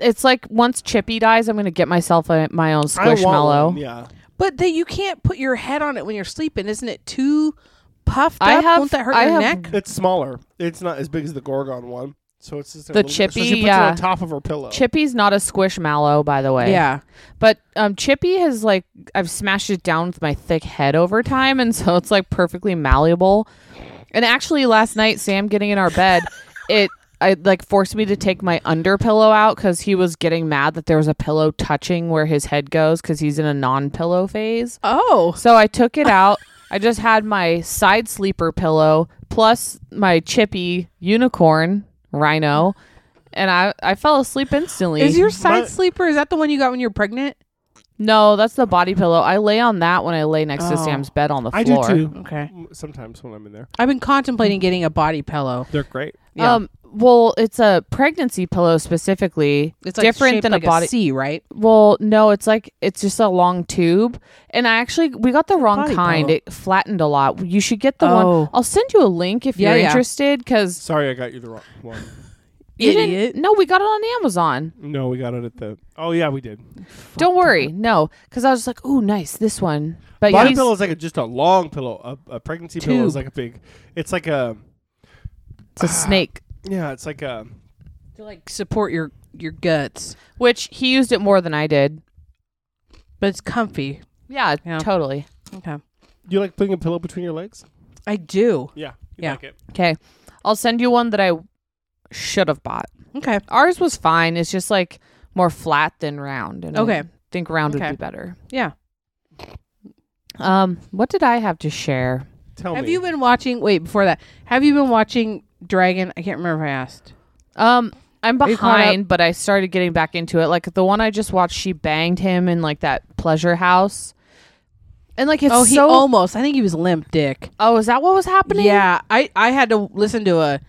It's like once Chippy dies, I'm gonna get myself a, my own
I want
squishmallow.
one, Yeah.
But they, you can't put your head on it when you're sleeping, isn't it? Too puffed
I
up.
have-
Won't that hurt
I
your
have-
neck?
It's smaller. It's not as big as the Gorgon one. So it's just a
The
little bit- So
Chippy,
she puts it
yeah.
on top of her pillow.
Chippy's not a squishmallow, by the way.
Yeah.
But um, Chippy has like I've smashed it down with my thick head over time, and so it's like perfectly malleable. And actually, last night Sam getting in our bed, it I like forced me to take my under pillow out because he was getting mad that there was a pillow touching where his head goes because he's in a non pillow phase.
Oh.
So I took it out. I just had my side sleeper pillow plus my Chippy unicorn rhino, and I I fell asleep instantly.
Is your side
My-
sleeper? Is that the one you got when you're pregnant?
No, that's the body pillow. I lay on that when I lay next to
Oh.
Sam's bed on the
I do
floor.
too.
Okay.
Sometimes when I'm in there,
I've been contemplating getting a body pillow.
they're great.
Yeah.
Um, well, it's a pregnancy pillow specifically.
It's like
different
shaped
than
like
a body.
C, right?
well, no, it's like it's just a long tube. And I actually we got the wrong
body
kind.
pillow.
It flattened a lot. You should get the one.
Oh.
I'll send you a link if
Yeah,
you're
yeah.
interested. Because
Sorry, I got you the wrong one.
Idiot.
no, we got it on Amazon.
No, we got it at the. Oh yeah, we did.
Don't worry. No, because I was like, oh, nice, this one. But yeah,
Body
he's-
pillow is like a, just a long pillow. A, a pregnancy pillow is
Tube.
like a big. It's like a.
it's a snake.
Yeah, it's like a.
To like support your your guts,
Which he used it more than I did.
but it's comfy.
Yeah,
Yeah.
totally.
Okay.
Do you like putting a pillow between your legs?
I do.
Yeah. You
Yeah.
Like it.
Okay. I'll send you one that I should have bought.
Okay.
Ours was fine. It's just like more flat than round. And
Okay.
I think round
Okay.
would be better.
Yeah.
Um, what did I have to share?
Tell
Have
me.
you e- been watching? Wait, before that, have you been watching Dragon? I can't remember if I asked.
Um, I'm
you caught
behind, but I started getting back into it. Like the one I just watched, she banged him in like that pleasure house. And like it's
oh, he
so
almost. I think he was limp dick.
Oh, is that what was happening?
Yeah, I I had to listen to a.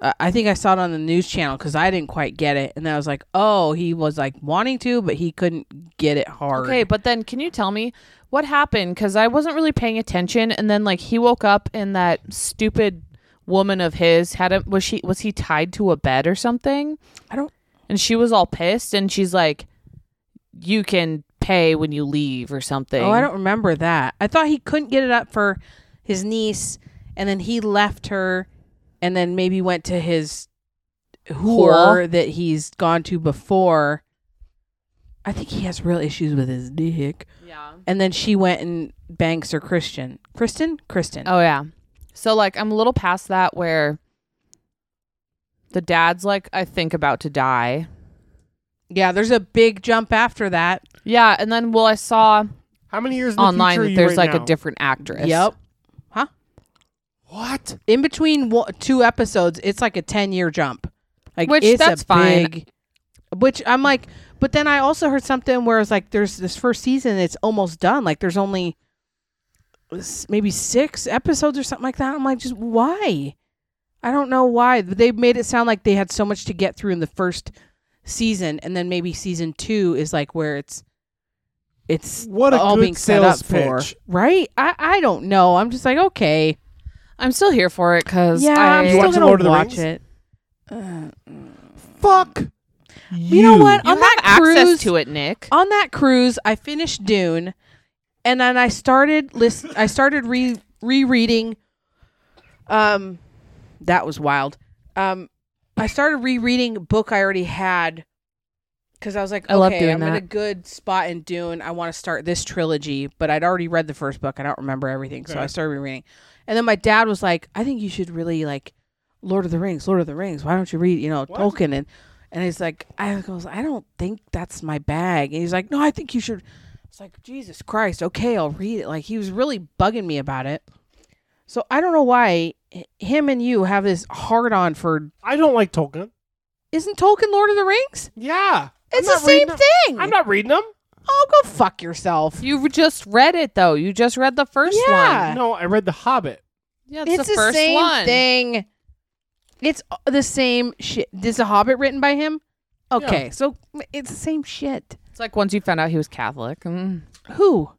Uh, I think I saw it on the news channel because I didn't quite get it, and then I was like, "Oh, he was like wanting to, but he couldn't get it hard."
Okay, but then can you tell me what happened? Because I wasn't really paying attention, and then like he woke up and that stupid woman of his had him. Was she was he tied to a bed or something?
I don't.
And she was all pissed, and she's like, "You can pay when you leave or something."
Oh, I don't remember that. I thought he couldn't get it up for his niece, and then he left her, and then maybe went to his whore that he's gone to before. I think he has real issues with his dick.
Yeah.
And then she went and bangs her Christian. Kristen? Kristen.
Oh yeah. So like I'm a little past that where the dad's like, "I think about to die."
Yeah, there's a big jump after that.
Yeah, and then well, I saw
How many years in the
online
future are
that
you
there's
right
like
now?
a different actress.
Yep.
What?
In between wo- two episodes, it's like a 10 year jump. Like,
Which,
it's
that's
a
fine.
big- which I'm like, but then I also heard something where it's like, there's this first season, it's almost done. Like, there's only s- maybe six episodes or something like that. I'm like, just why? I don't know why. They made it sound like they had so much to get through in the first season. And then maybe season two is like where it's it's
What a
all
good
being set
sales
up for,
pitch.
right? I I don't know. I'm just like okay,
I'm still here for it because
yeah, I'm
You
still
watch
gonna
Lord of the
watch
Rings?
it.
Fuck.
You know what?
you
On
have
that
access
cruise,
to it, Nick.
on that cruise, I finished Dune, and then I started list. I started re rereading. Um, that was wild. Um, I started rereading a book I already had because I was like, okay,
I love doing
I'm in a
that.
good spot in Dune. I want to start this trilogy, but I'd already read the first book. I don't remember everything, so I
Okay.
started rereading. And then my dad was like, I think you should really like Lord of the Rings, Lord of the Rings. Why don't you read, you know,
What?
Tolkien and and he's like, I goes, I don't think that's my bag. And he's like, No, I think you should. It's like Jesus Christ. Okay, I'll read it. Like he was really bugging me about it. So I don't know why h- him and you have this hard on for.
I don't like Tolkien.
Isn't Tolkien Lord of the Rings?
Yeah.
It's
not
the same
reading it.
thing.
I'm not reading them.
Oh, go fuck yourself.
You just read it though. You just read the first
Yeah.
one.
No, I read The Hobbit.
Yeah,
It's, the,
first
same
one.
thing. It's a- the same shit. Is the Hobbit written by him? Okay, so it's the same shit.
It's like once you found out he was Catholic. Mm.
Who?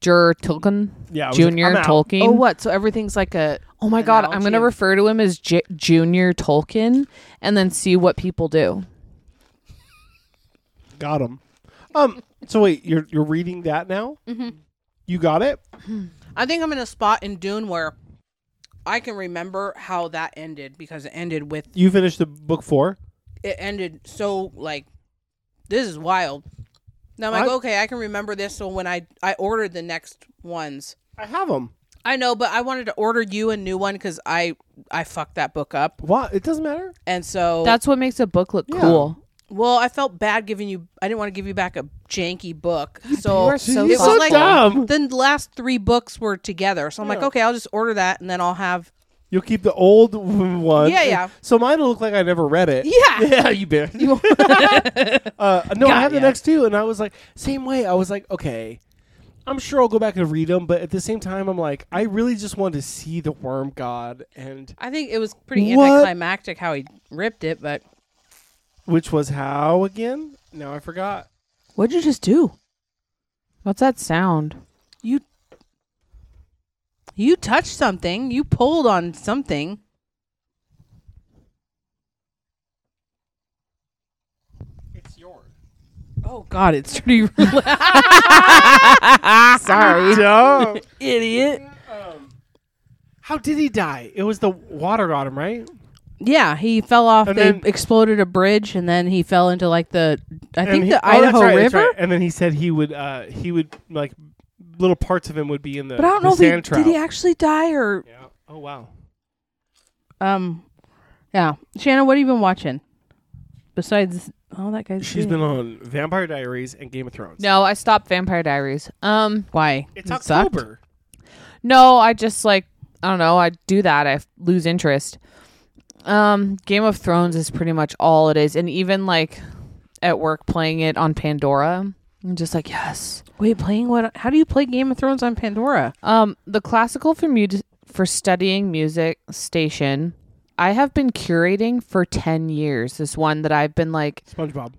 Jer Tolkien,
Yeah. I was like,
Junior
I'm out.
Tolkien.
Oh, what? So everything's like a.
Oh my God! I'm gonna
Analogy.
refer to him as J- Junior Tolkien, and then see what people do.
Got him. Um. So wait, you're you're reading that now? Mm-hmm. You got it.
I think I'm in a spot in Dune where I can remember how that ended because it ended with
You finished the book four.
it ended so like this is wild. Now I'm like,
I-
okay, I can remember this. So when I I ordered the next ones,
I have them.
I know, but I wanted to order you a new one because I I fucked that book up,
What? It doesn't matter.
and so
That's what makes a book look
Yeah.
cool.
well, I felt bad giving you. I didn't want to give you back a janky book,
You
so
are so
You're
it
so
was
thoughtful.
like
dumb.
the last three books were together. So I'm like,
Yeah.
okay, I'll just order that, and then I'll have
You'll keep the old one.
Yeah, yeah.
So mine will look like I never read it.
Yeah.
Yeah, you bitch. uh, no, I had the next two, and I was like, same way. I was like, okay, I'm sure I'll go back and read them, but at the same time, I'm like, I really just want to see the worm god, and
I think it was pretty
What?
anticlimactic how he ripped it, but
which was how again? Now I forgot.
what'd you just do?
What's that sound?
You you touched something. You pulled on something.
It's yours.
Oh God, it's pretty
Sorry.
idiot.
How did he die? It was the water got him, right?
Yeah, he fell off.
And
they
then-
exploded a bridge, and then he fell into like the I
And
think
he-
the
oh, that's
Idaho
right, that's
River.
right. And then he said he would, uh, he would like little parts of him would be in the.
But I don't
the
know if
sand
he, did he
trout.
actually die or
Yeah. Oh wow.
um, yeah. Shannon, what have you been watching besides? Oh, that guy's
She's
dead.
been on Vampire Diaries and Game of Thrones.
No, I stopped Vampire Diaries. Um,
why?
It's
It sucked?
October.
no, I just like I don't know. I do that. I f- lose interest. Um, Game of Thrones is pretty much all it is, and even like at work playing it on Pandora, I'm just like yes.
Wait, playing what? How do you play Game of Thrones on Pandora?
Um, the classical for mu- for studying music station. I have been curating for ten years. This one that I've been like
SpongeBob.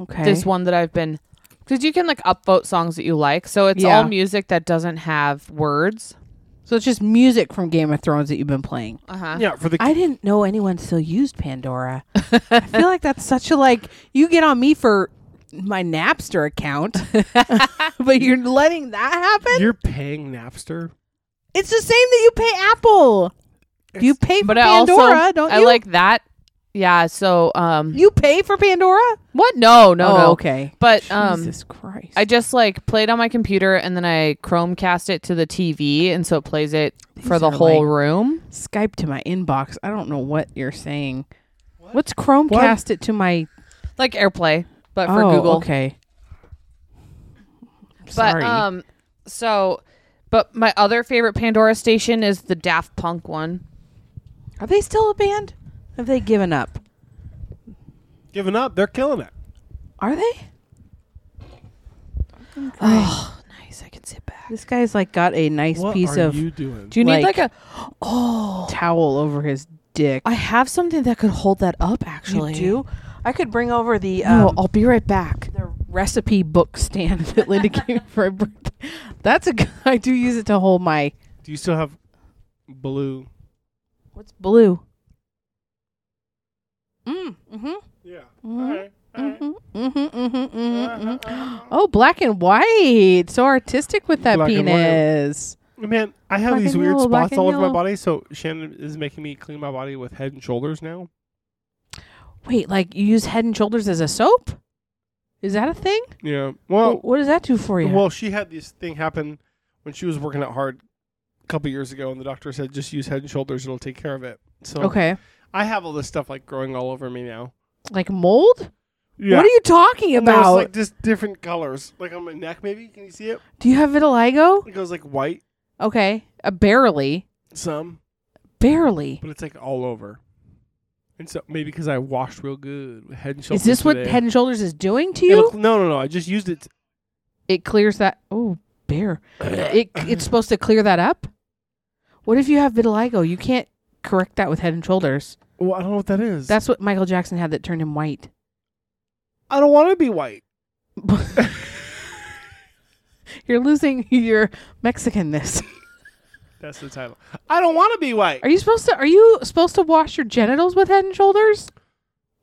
Okay.
this one that I've been because you can like upvote songs that you like, so it's
Yeah.
all music that doesn't have words.
So it's just music from Game of Thrones that you've been playing.
Uh huh.
Yeah, for the
I didn't know anyone still used Pandora. I feel like that's such a like you get on me for my Napster account, but you're letting that happen.
you're paying Napster.
it's the same that you pay Apple. You pay for
But I also
Pandora, don't
I
you?
like that. Yeah. So um,
you pay for Pandora.
what? No, no,
oh,
no.
okay.
But um,
Jesus Christ!
I just like played on my computer and then I Chromecast it to the TV, and so it plays it for the
are
whole
like-
room.
Skype to my inbox. I don't know what you're saying. What's Chromecast it to my
Like AirPlay, but for
oh,
Google.
Okay.
But
Sorry.
um, so, but my other favorite Pandora station is the Daft Punk one.
Are they still a band? Have they given up?
Giving up, they're killing it.
Are they? Oh,
Nice, I can sit back.
This guy's like got a nice
What
piece
are
of
you doing?
Do you need
Like- Oh.
like a?
towel over his dick.
I have something that could hold that up.
You
Actually,
do? I could bring over the um,
No, I'll be right back.
the recipe book stand that Linda gave me for a birthday. That's a. g- I do use it to hold my.
Do you still have blue?
What's blue? Mm. Mm-hmm.
Yeah.
Mhm. Mm-hmm. Mm-hmm. Mm-hmm. Mm-hmm. Oh, black and white. So artistic with that
Uh-huh. Black and white.
penis.
Mm-hmm. Man, I have
Black
these
and
weird
yellow, black
spots
and
all over my
yellow.
body, so Shannon is making me clean my body with head and shoulders now.
Wait, like you use Head and Shoulders as a soap? Is that a thing?
Yeah. Well,
Well, what does that do for you?
well, she had this thing happen when she was working out hard a couple years ago, and the doctor said just use head and shoulders; it'll take care of it. So
okay,
I have all this stuff like growing all over me now.
like mold.
Yeah.
What are you talking
And there's,
about?
like just different colors, like on my neck. Maybe can you see it?
do you have vitiligo?
It goes like white,
Okay, uh, barely,
some,
barely.
but it's like all over. And so maybe because I washed real good, with head and shoulders.
Is this what
today.
Head and Shoulders is doing to you?
It'll- no, no, no. I just used it.
it clears that. Oh, bear. it it's supposed to clear that up. What if you have vitiligo? You can't correct that with Head and Shoulders.
Well, I don't know what that is.
That's what Michael Jackson had that turned him white.
I don't want to be white.
You're losing your Mexicanness.
That's the title. I don't want to be white.
Are you supposed to? Are you supposed to wash your genitals with Head and Shoulders?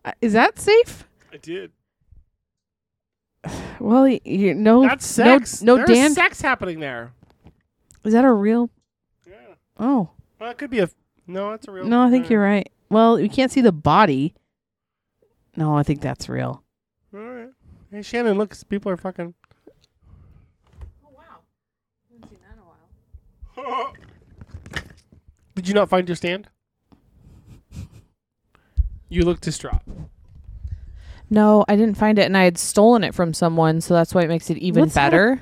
Uh, Is that safe?
I did.
Well, y- you no,
That's sex.
no, no
There's
Dan.
sex happening there.
Is that a real?
Yeah.
Oh
Well, it could be a. No, it's a real.
no, I think you're right. Well, we can't see the body. No, I think that's real.
All right. Hey, Shannon, look, people are fucking. Oh wow. Did you not find your stand? You look distraught.
No, I didn't find it, and I had stolen it from someone, so that's why it makes it even
What's that
better.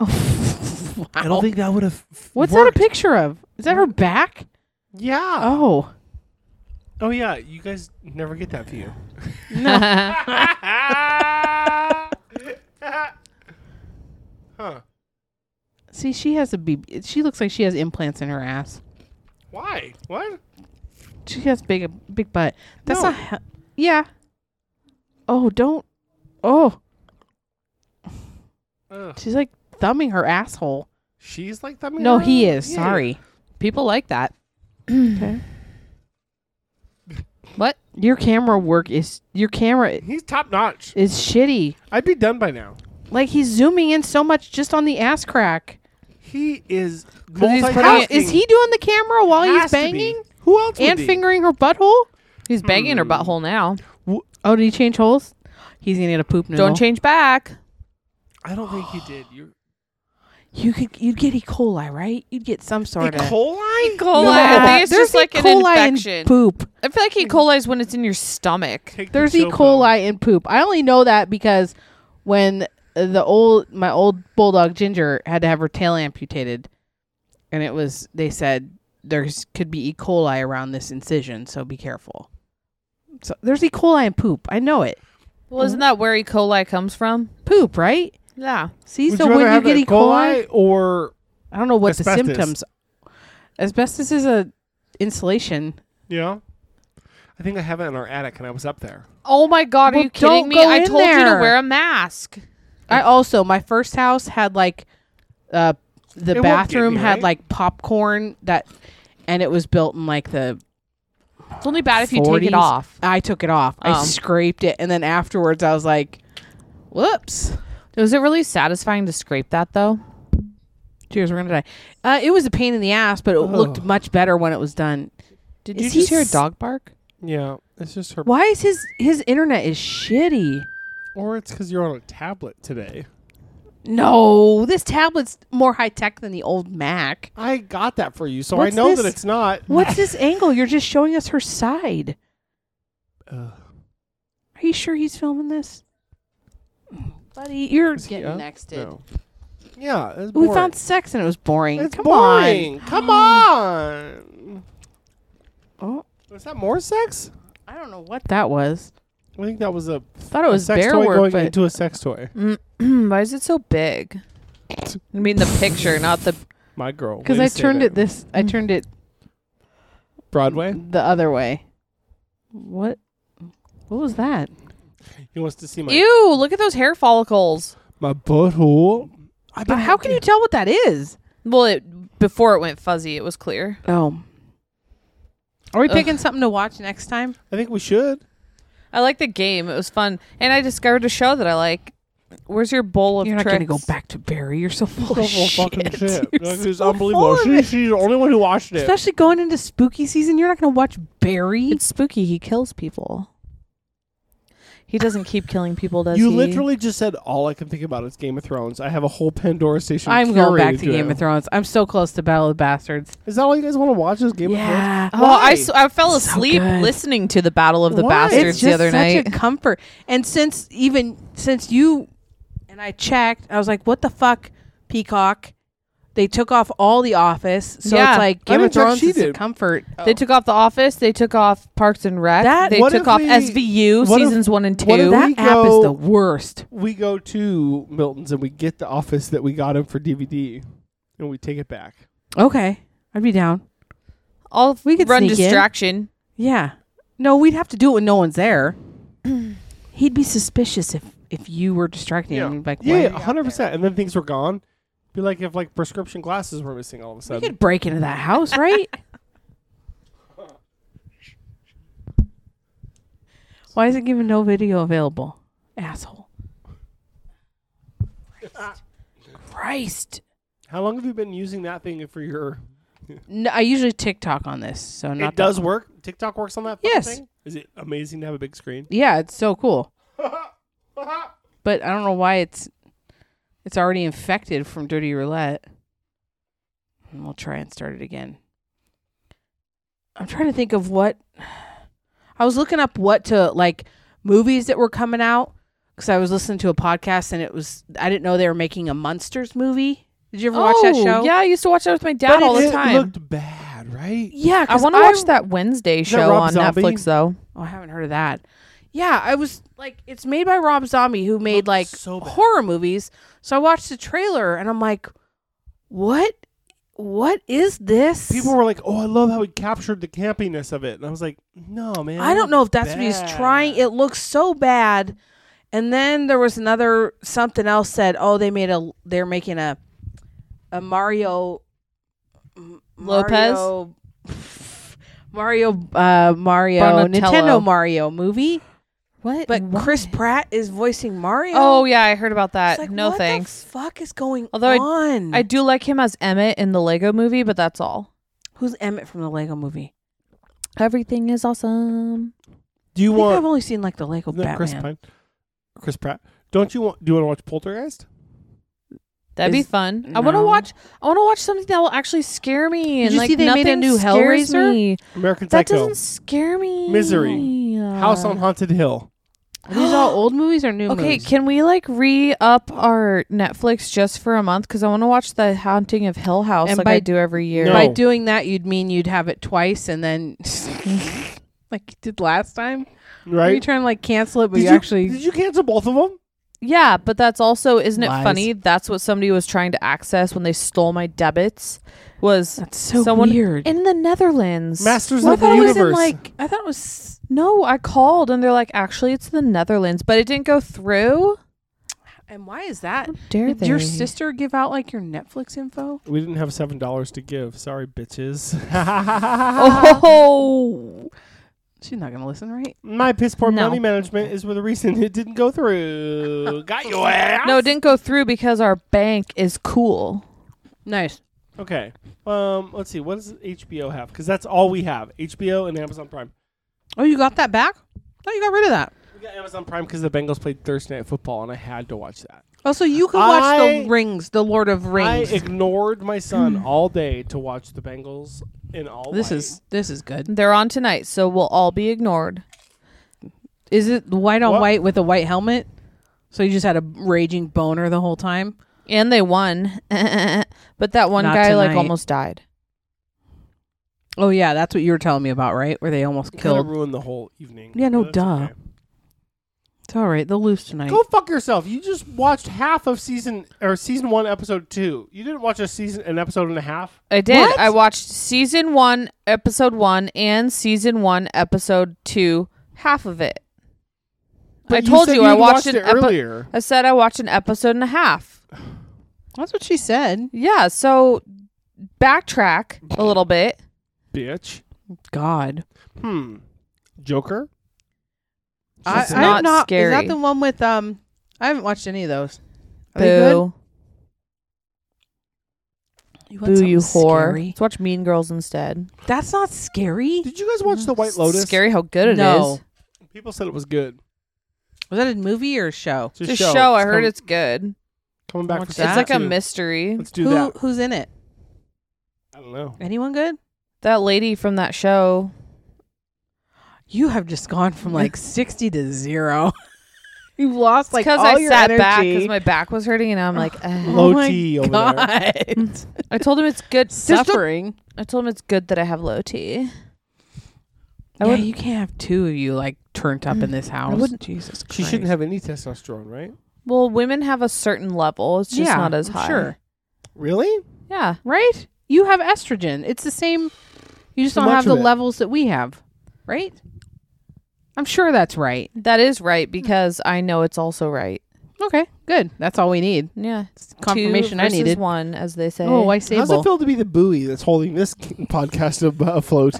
Oh, wow.
think that would have.
What's that a picture of? Is that her back?
Yeah.
Oh,
Oh yeah. You guys never get that view. huh?
see, she has a BB. She looks like she has implants in her ass.
Why? What?
She has big, big butt. That's
No.
not. Ha- yeah. Oh, don't. Oh,
Ugh.
she's like thumbing her asshole.
She's like that.
No, he is.
Yeah.
Sorry.
People like that. What?
Your camera work is your camera
He's top notch.
is shitty.
I'd be done by now.
Like he's zooming in so much just on the ass crack.
He is.
he's
multitasking.
How, is he doing the camera while
Has
he's
to be.
banging
Who else? would
and
be?
fingering her butthole?
He's banging her butthole now.
Oh, did he change holes? He's gonna get a poop noodle.
Don't change back.
I don't think he did. E You're
You could you'd get E. coli, right? You'd get some
E.
sort of E
coli.
Coli. I think it's
there's
just like
E.
an
coli in
infection.
poop.
I feel like E. coli is when it's in your stomach.
Take the
There's E.
soap out.
coli in poop. I only know that because when the old my old bulldog Ginger had to have her tail amputated, and it was they said there's could be E. coli around this incision, so be careful. So there's E. coli in poop. I know it.
Well, isn't that where E. coli comes from?
Poop, right?
Yeah.
See,
Would
so
you rather
when you
have
get
E.
E. coli,
or
I don't know what
Asbestos.
the symptoms. Asbestos is a insulation.
yeah? I think I have it in our attic, and I was up there.
Oh my God,
Well,
are you kidding
don't
me?
go
I
in
told you
there.
to wear a mask.
I also my first house had like uh the
It won't get
bathroom
me,
had
right?
like popcorn that and it was built in like the
It's only bad if you take
40s.
it off.
I took it off. I
Um.
scraped it and then afterwards I was like whoops.
Was it really satisfying to scrape that though?
Cheers, we're gonna die. Uh, it was a pain in the ass, but it looked much better when it was done.
Did
Is
you
he
just hear a
s-
dog bark?
Yeah, it's just her.
Why is his his internet is shitty?
Or it's because you're on a tablet today.
No, this tablet's more high tech than the old Mac.
I got that for you, so
What's
I know that
this?
it's not.
What's this angle? You're just showing us her side.
Ugh.
Are you sure he's filming this? Buddy, you're
Is he
getting
up?
nexted.
No. Yeah, it's
We
boring.
found sex and it was boring.
It's
Come
boring. Come on.
on. Oh,
Was that more sex?
I don't know what that was.
I think that was a
Thought it was
sex
bear
toy
work,
going
but
into a sex toy.
Why is it so big? I mean, the picture, not the.
My girl.
because
Way
I
to say
turned
that. Mm.
it this, I turned it
Broadway.
the other way. What? What was that?
He wants to see my
Ew, look at those hair follicles.
my butthole. I've
But how can you tell what that is?
Well, it, before it went fuzzy, it was clear.
Oh. Are we
Ugh.
picking something to watch next time?
I think we should.
I like the game. It was fun. And I discovered a show that I like. Where's your bowl of
You're not
tricks?
going to go back to Barry. You're so full
Oh,
of
fucking
shit.
shit.
You're
Like,
so
it's
full
unbelievable.
of
She,
it.
she's the only one who watched it.
Especially going into spooky season, you're not going to watch Barry.
It's spooky. He kills people. He doesn't keep killing people, does
you
he?
literally just said all I can think about is Game of Thrones. I have a whole Pandora station.
I'm going back
curated
to Game of Thrones. I'm so close to Battle of the Bastards.
Is that all you guys want to watch? Is Game of
yeah.
Well, Oh, I,
Why?
s- I fell asleep
good.
listening to the Battle of the
Why?
Bastards
It's
the
just
other
such
night.
a comfort. And since even since you and I checked, I was like, "What the fuck, Peacock?" They took off all the Office, so
Yeah.
it's like Game of
didn't check
Thrones
she
is a
did.
comfr-
They took off The Office. They took off Parks and Rec.
That-
they
What
took
if
off
we-
SVU
what if-
seasons one and
what if
two.
we-
That app
go-
is the worst.
Thrones? We go to Milton's and we get the office that we got him for DVD, and we take it back.
Okay, I'd be down.
All
We could
run
sneak in.
distraction.
Yeah. No, we'd have to do it when no one's there. He'd be suspicious if if you were distracting him. He'd be Like, why are
yeah,
you out
hundred
there?
percent. And then things were gone. Be like if like prescription glasses were missing all of a
We
sudden.
could break into that house, right? Why is it giving no video available? Asshole. Christ.
How long have you been using that thing for your?
No, I usually TikTok on this, so not
it does work. TikTok works on that. fucking
Yes.
Thing? Is it amazing to have a big screen?
That. Yeah, it's so cool. But I don't know why it's it's already infected from Dirty Roulette. And we'll try and start it again. I'm trying to think of what I was looking up what to like movies that were coming out because I was listening to a podcast and it was I didn't know they were making a monsters movie. Did you ever watch that
Oh,
show?
Yeah, I used to watch that with my dad
But
all the
it
time.
looked bad, right?
yeah.
I
'cause
want to watch that Wednesday
that
show
Rob
on
Zombie?
Netflix though.
Oh, I haven't heard of that. Yeah, I was like, it's made by Rob Zombie, who made
Looks
like
so bad.
horror movies. So I watched the trailer and I'm like, what? What is this?
People were like, "Oh, I love how he captured the campiness of it," and I was like, "No, man."
I don't know if that's what he's trying. It looks so bad. And then there was another something else said, oh, they made a they're making a a Mario M-
Lopez?
Mario Mario uh, Mario
Bonatello.
Nintendo Mario movie.
What?
But Chris Pratt is voicing Mario.
Oh yeah, I heard about
It's
that.
like,
no
what
thanks.
The fuck is going
Although I-
on?
I do like him as Emmett in the Lego Movie, but that's all.
Who's Emmett from the Lego Movie?
Everything is awesome.
Do you
I think I've
want
only seen like the Lego
isn't that
Batman.
Chris Pine? Chris Pratt? Don't you want? Do you want to watch Poltergeist?
That'd be
Is-
fun. I want to
no.
watch. I want to watch something that will actually scare me. And
you
like,
see they made a
nothing
new
scares
Hellraiser?
me.
American
That
Psycho,
doesn't scare me.
Misery. House on Haunted Hill.
Are these all old movies or new
Okay,
movies?
can we like re up our Netflix just for a month? Because I want to watch The Haunting of Hill House
And
like
by-
I do every year.
No.
By doing that, you'd mean you'd have it twice and then, like you did last time. Are you
Right?
trying to like cancel it, but
Did
you,
you-
actually
did you cancel both of them?
Yeah, but that's also isn't it
Lies.
funny? That's what somebody was trying to access when they stole my debits. Was
that's so
someone
weird.
in the Netherlands?
Masters
Well, I
of the
thought it was
Universe.
in like I thought it was.
no, I called and they're like, actually, it's the Netherlands, but it didn't go through.
And why is that?
How dare
Did your
they?
sister give out like your Netflix info?
we didn't have seven dollars to give. Sorry, bitches.
Ah.
Oh,
She's not gonna listen, right?
My piss poor
No.
money management is for the reason it didn't go through. Got you. eh? ass.
no, it didn't go through because our bank is cool.
Nice.
Okay. Um. Let's see. What does HBO have? Because that's all we have. HBO and Amazon Prime.
Oh, you got that back? No, you got rid of that.
We got Amazon Prime because the Bengals played Thursday Night Football, and I had to watch that.
Also, you could watch
I-
the Rings, the Lord of Rings.
I ignored my son all day to watch the Bengals in all.
this
white.
is this is good.
They're on tonight, so we'll all be ignored.
Is it white on
What?
white with a white helmet? So you just had a raging boner the whole time.
And they won, but that one
Not
guy like
tonight.
almost died.
Oh yeah, that's what you were telling me about, right? Where they almost
kind of
killed.
ruined the whole evening.
Yeah, no,
But that's
duh. It's all right. They'll lose tonight.
Go fuck yourself. You just watched half of season or season one, episode two. You didn't watch a season, an episode and a half.
I did.
What?
I watched season one, episode one, and season one, episode two, half of it. I told
said
you, I
had
watched, an
it
epi-
earlier.
I said I watched an episode and a half.
That's what she said.
Yeah, so backtrack a little bit.
Bitch.
God.
Hmm. Joker.
I,
It's
I'm
not
not Is
scary.
that the one with um? I haven't watched any of those. Are they good?
Boo.
You
Boo, you whore. Let's watch Mean Girls instead.
That's not scary.
Did you guys watch The White Lotus?
Scary how good it is.
No.
People said it was good.
Was that a movie or a show?
It's a
Just show. I heard
com-
it's good.
coming back. For
It's
season
It's like a
two.
mystery.
Let's do
Who
that.
who's in it?
I don't know.
Anyone good?
That lady from that show.
You have just gone from like sixty to zero. You've lost like
Because I
all your
sat
energy.
back because my back was hurting, and I'm like, eh.
Low
oh my
T over there.
God.
I told him it's good.
Suffering.
I told him it's good that I have low T. I
yeah,
would-
you can't have two of you like turned up in this house.
wouldn't-
Jesus Christ.
She shouldn't have any testosterone, right?
Well, women have a certain level. It's just
Yeah,
not as
I'm
high.
Sure.
Really?
Yeah.
Right? You have estrogen. It's the same. You just
So
don't
much
have the
of it.
levels that we have. Right? I'm sure that's right.
That is right because I know it's also right.
Okay. Good. That's all we need.
Yeah.
It's confirmation I needed.
one, as they say.
Oh, I
How's it
sable.
feel to be the buoy that's holding this podcast ab- afloat?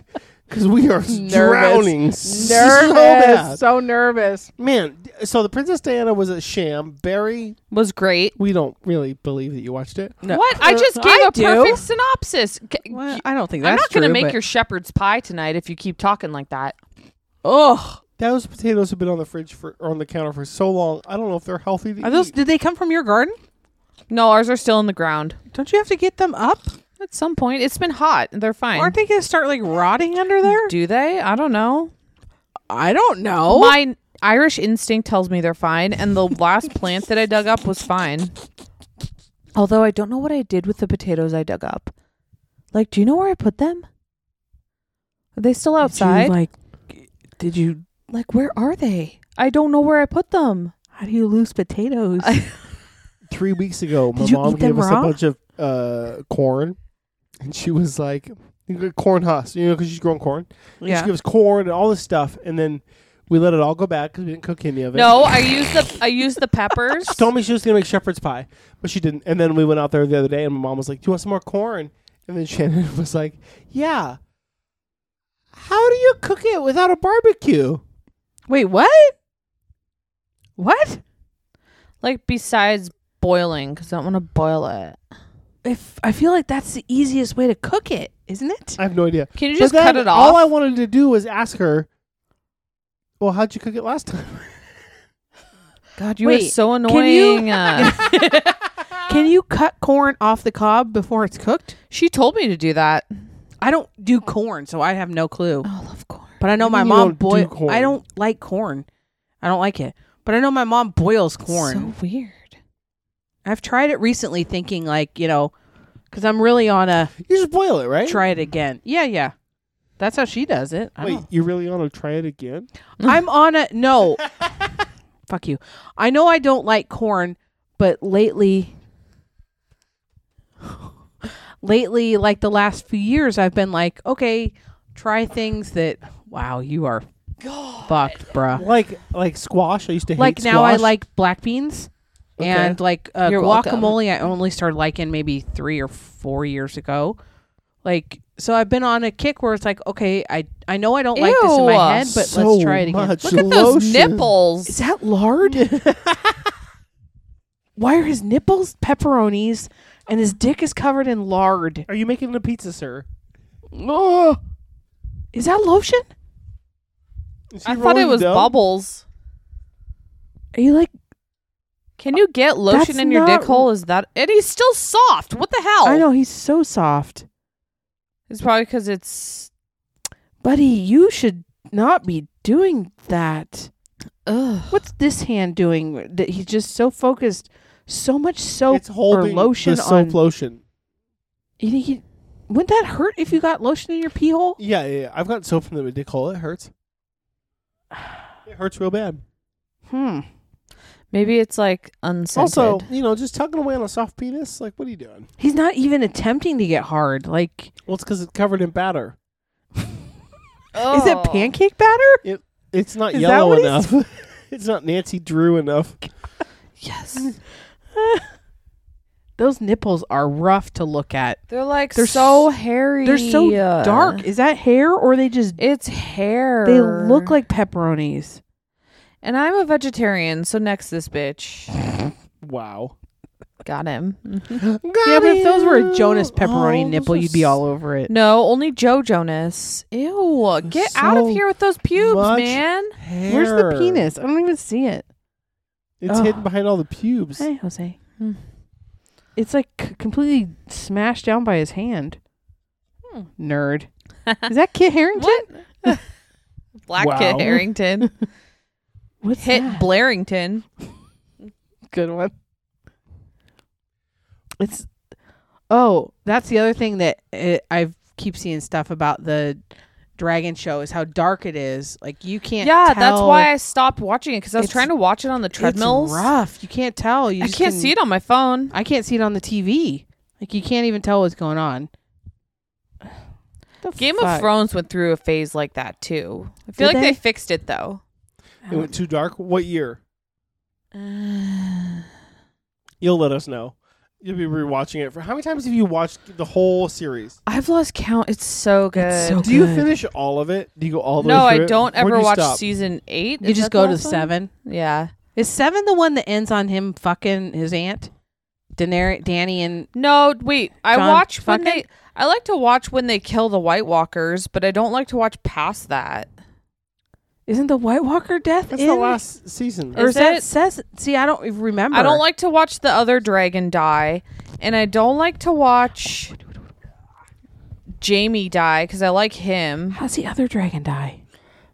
Because we are
Nervous.
drowning so
nervous.
bad.
So nervous.
Man, d- so the Princess Diana was a sham. Barry,
was great.
we don't really believe that you watched it.
No. Uh,
What? I just gave
I
a
do.
perfect synopsis. C-
Well,
y-
I don't think that's
I'm not going to
true,
make
but-
your shepherd's pie tonight if you keep talking like that.
Ugh.
Those potatoes have been on the fridge for or on the counter for so long. I don't know if they're healthy to
Are those?
eat.
Did they come from your garden?
No, ours are still in the ground.
Don't you have to get them up?
At some point, it's been hot. They're fine.
Aren't they going to start like rotting under there?
Do they? I don't know.
I don't know.
My Irish instinct tells me they're fine, and the last plant that I dug up was fine. Although I don't know what I did with the potatoes I dug up. Like, do you know where I put them? Are they still outside?
Did you,
like-,
like, did you?
where are they? I don't know where I put them.
How do you lose potatoes?
I-
Three weeks ago, my
Did you
mom
eat them
gave us
raw?
a bunch of uh, corn, and she was like, "You got "Corn husk," you know, because she's growing corn. And She gives corn and all this stuff, and then we let it all go bad because we didn't cook any of it.
No, I used the I used the peppers.
She told me she was going to make shepherd's pie, but she didn't. And then we went out there the other day, and my mom was like, "Do you want some more corn?" And then Shannon was like, "Yeah." How do you cook it without a barbecue?
Wait, what? What?
like besides boiling, because I don't want to boil it.
If I feel like that's the easiest way to cook it, isn't it?
I have no idea.
Can you
But
just
then
cut it off?
All I wanted to do was ask her, "Well, how'd you cook it last time?"
God, you are
Wait,
so
can you-
annoying. uh,
Can you cut corn off the cob before it's cooked?
she told me to do that.
I don't do corn, so I have no clue.
I love corn.
But I know
What
my
do you mean
mom
you don't do
boils.
corn?
I don't like corn. I don't like it. But I know my mom boils corn.
So weird.
I've tried it recently, thinking like you know, because I'm really on a
You just boil it, right?
try it again. Yeah, yeah. That's how she does it. I
Wait,
don't-
you really want to try it again?
I'm on a no. Fuck you. I know I don't like corn, but lately lately like the last few years I've been like, okay, try things that wow, you are fucked, bruh.
Like like squash? I used to hate
Like now I
squash.
like black beans
Okay.
and like uh,
You're welcome.
guacamole I only started liking maybe 3 or 4 years ago. Like so I've been on a kick where it's like, okay, I I know I don't like this in
Ew.
my head, but
So
let's try it again.
much
Look at those
lotion.
Is
nipples.
that lard? Why are his nipples pepperonis and his dick is covered in lard?
Are you making a pizza, sir?
Ugh. Is that lotion?
Is
I
he
thought it
rolling
was
dough?
bubbles.
Are you like
Can you get lotion
That's
in your
not-
dick hole? Is that and he's still soft. What the hell?
I know he's so soft.
It's probably because it's
Buddy, you should not be doing that.
ugh.
What's this hand doing that he's just so focused so much soap
It's holding
or lotion
the soap
on
lotion.
You think he wouldn't that hurt if you got lotion in your pee hole?
Yeah, yeah, yeah. I've gotten soap from the dick hole. It hurts. It hurts real bad.
Hmm.
Maybe it's like unscented.
Also, you know, just tugging away on a soft penis. Like, what are you doing?
He's not even attempting to get hard. Like
Well, it's because it's covered in batter.
is it pancake batter?
Oh.
It's not
Is that
yellow
what
enough. it's not Nancy Drew enough.
Mm.
Yes.
Those nipples are rough to look at.
They're like
They're
so hairy.
They're so dark. Is that hair or they just
It's hair.
they look like pepperonis?
And I'm a vegetarian, so next this bitch.
Wow.
Got him.
Mm-hmm. yeah, but if those were a Jonas pepperoni
Oh, those
nipple,
are
you'd be
s-
all over it.
No, only Joe Jonas. Ew. Get out of
so
here with those pubes,
much-
man.
Where's
Hair.
the penis? I don't even see it.
It's
Ugh.
hidden behind all the pubes.
Hey, Jose.
Hmm.
It's like c- completely smashed down by his hand.
Hmm.
Nerd. Is that Kit Harrington?
What? Black Kid
Wow.
Harrington.
What's
Hit
that?
Blarington.
good one. It's oh, that's the other thing that uh I keep seeing stuff about the dragon show is how dark it is. Like you can't.
Yeah, that's
tell-
why I stopped watching it because I was
It's-
trying to watch it on the
it's
treadmills.
rough. You can't tell. You
I
just
can't
can-
see it on my phone.
I can't see it on the TV. Like you can't even tell what's going on. The
Game
fuck?
of Thrones went through a phase like that too. I feel
Did
like they?
they?
fixed it though.
It went too dark. What year? You'll let us know. You'll be rewatching it for how many times have you watched the whole series?
I've lost count. It's so good.
so-
Do you
Good.
finish all of it? Do you go all the
no,
way
I
through it?
don't
Where do
ever
you
watch
stop?
season eight.
You
Is
just
that the
go to
last one?
seven.
Yeah.
Is seven the one that ends on him fucking his aunt, Daener- Danny and
No, wait. I
John
watch when
fucking-
they. I like to watch when they kill the White Walkers, but I don't like to watch past that.
isn't the White Walker death?
That's
in?
the last season.
Or
Is
is, that
it-
says? See, I don't even remember.
I don't like to watch the other dragon die, and I don't like to watch Jamie die because I like him.
How's the other dragon die?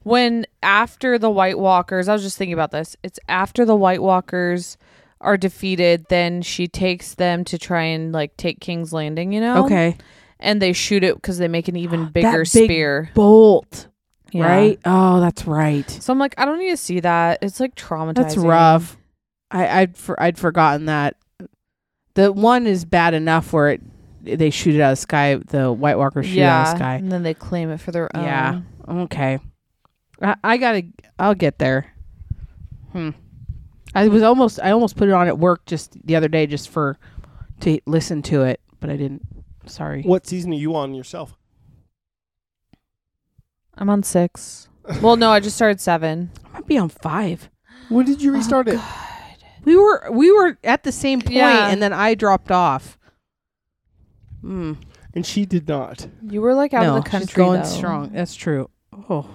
when after the White Walkers, I was just thinking about this. It's after the White Walkers are defeated, then she takes them to try and like take King's Landing, you know?
Okay,
And they shoot it because they make an even bigger
big
spear,
bolt.
Yeah.
Right? Oh, that's right.
So I'm like, I don't need to see that. It's like traumatizing.
That's rough. I I'd for, I'd forgotten that. The one is bad enough where it they shoot it out of the sky. The White Walkers shoot it out of
Yeah.
the sky.
And then they claim it for their own.
Yeah. Okay. I, I gotta. I'll get there. Hmm. I was almost. I almost put it on at work just the other day, just for to listen to it, but I didn't. Sorry.
What season are you on yourself?
I'm on six. well, no, I Oh, just started seven.
I might be on five.
When did you restart it?
We were we were at the same point,
Yeah.
and then I dropped off. Mm.
And she did not.
You were like out
no,
of the country.
she's going
though.
strong. That's true. Oh,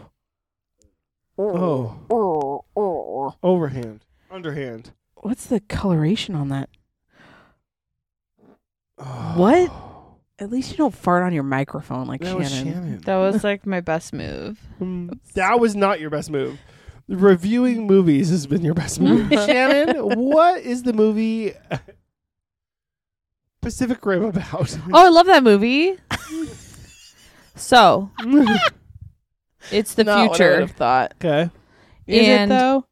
Oh. Overhand. Underhand.
what's the coloration on that? What? At least you don't fart on your microphone like
That
Shannon.
was Shannon.
That was like my best move.
Mm, That was not your best move. Reviewing movies has been your best move. Shannon, what is the movie Pacific Rim about?
Oh, I love that movie. so it's the
Not what I
future.
would've thought.
okay.
Is
And-
it though?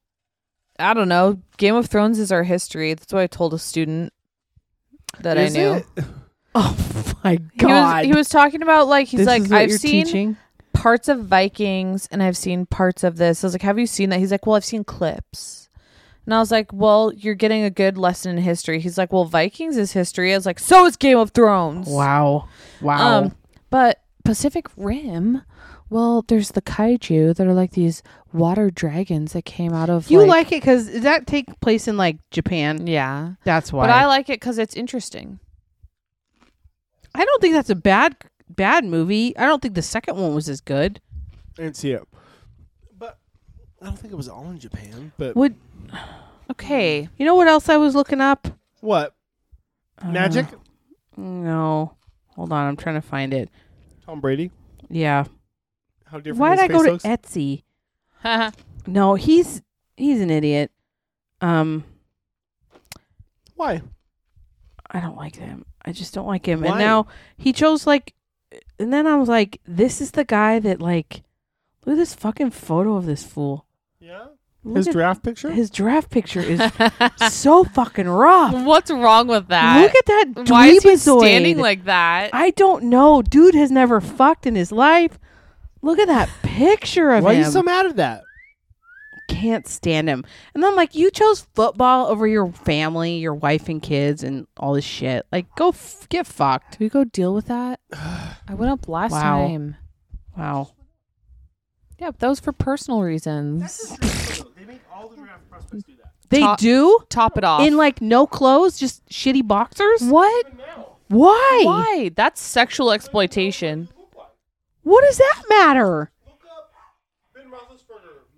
I don't know. Game of Thrones is our history. That's what I told a student that
Is
I knew.
it?
Oh my
He
god!
was, he was talking about like he's
This
like
is what
I've
you're
seen
teaching?
parts of Vikings and I've seen parts of this. I was like, have you seen that? He's like, well, I've seen clips. And I was like, well, you're getting a good lesson in history. He's like, well, Vikings is history. I was like, so is Game of Thrones.
Wow! Wow!
Um, but Pacific Rim, well, there's the kaiju that are like these water dragons that came out of.
you like, it 'cause it because does that take place in like Japan?
yeah,
That's why.
but I like it because it's interesting.
I don't think that's a bad bad movie. I don't think the second one was as good.
I didn't see it. But I don't think it was all in Japan. But
Would
Okay,
you know what else I was looking up? Uh,
what? Magic?
Uh.
No. Hold on, I'm trying to find it.
Tom Brady?
Yeah.
How different
Why'd
his
I
face
go to
looks?
Etsy?
Hmm.
No, he's he's an idiot. Um
Why?
I don't like him. I just don't like him.
Why?
And now he chose like and then I was like, this is the guy that like look at this fucking photo of this fool.
Yeah.
Look
His
at-
draft picture?
his draft picture is so fucking rough.
what's wrong with
Look
that?
at that dweebazoid.
Why is he standing like that?
I don't know. Dude has never fucked in his life. Look at that picture of
Why
him.
are you so mad at that?
can't stand him. And I'm like, you chose football over your family, your wife and kids, and all this shit. Like, go f- get fucked.
Do we go deal with that? I went up last
Wow.
time.
Wow.
Yeah, but that was for personal reasons.
They make all the draft prospects do that.
They
Top-
do
Top it off.
in like no clothes, just shitty boxers.
what?
Why?
Why? That's sexual exploitation.
What does that matter?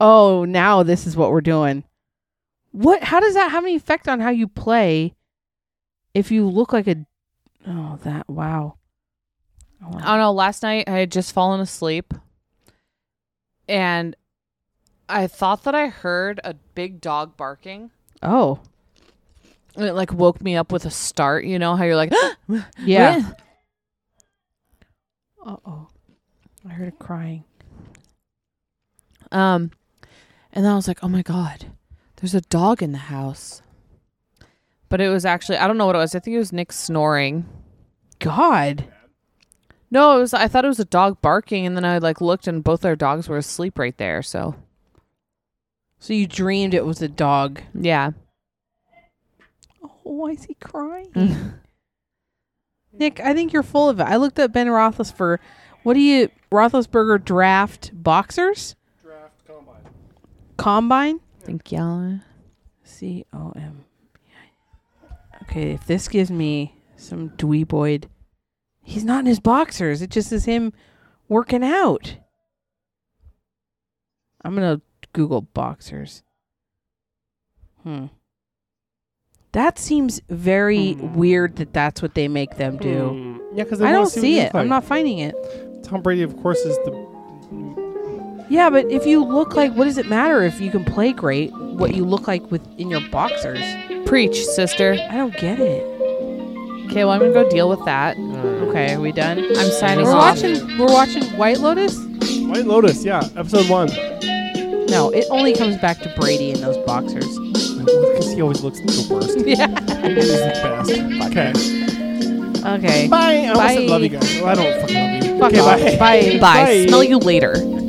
Oh, now this is what we're doing. What? How does that have any effect on how you play? If you look like a, oh that wow. Oh,
I don't know. Last night I had just fallen asleep, and I thought that I heard a big dog barking,
oh
and it like woke me up with a start. You know how you're like,
yeah. Uh oh, I heard it crying.
Um, and then I was like, oh my god, there's a dog in the house. But it was actually I don't know what it was. I think it was Nick snoring.
God,
No, it was I thought it was a dog barking, and then I like looked and both our dogs were asleep right there. So
so you dreamed it was a dog.
yeah,
Oh, is he crying? Nick, I think you're full of it. I looked up Ben Roethlisberger. What do you Roethlisberger draft boxers?
Draft combine.
Combine?
thank y'all.
C O M. Okay, if this gives me some dweeboid, he's not in his boxers. It just is him working out. I'm gonna Google boxers. Hmm. That seems very weird that that's what they make them
Hmm.
do.
Yeah, because
I don't see it. I'm not finding it.
Tom Brady, of course, is the.
Yeah, but if you look like, what does it matter if you can play great? What you look like with in your boxers?
Preach, sister.
I don't get it.
Okay, well I'm gonna go deal with that.
Okay, are we done?
I'm signing
We're
off.
watching. We're watching White Lotus.
White Lotus, yeah, episode one.
No, it only comes back to Brady in those boxers.
Because he always looks the worst. Yeah. He's the best. Okay.
Okay.
Bye. I almost said
Bye.
love you guys. Well, I don't fucking love you.
Fuck
okay,
off.
bye.
Bye.
Bye. Smell you later.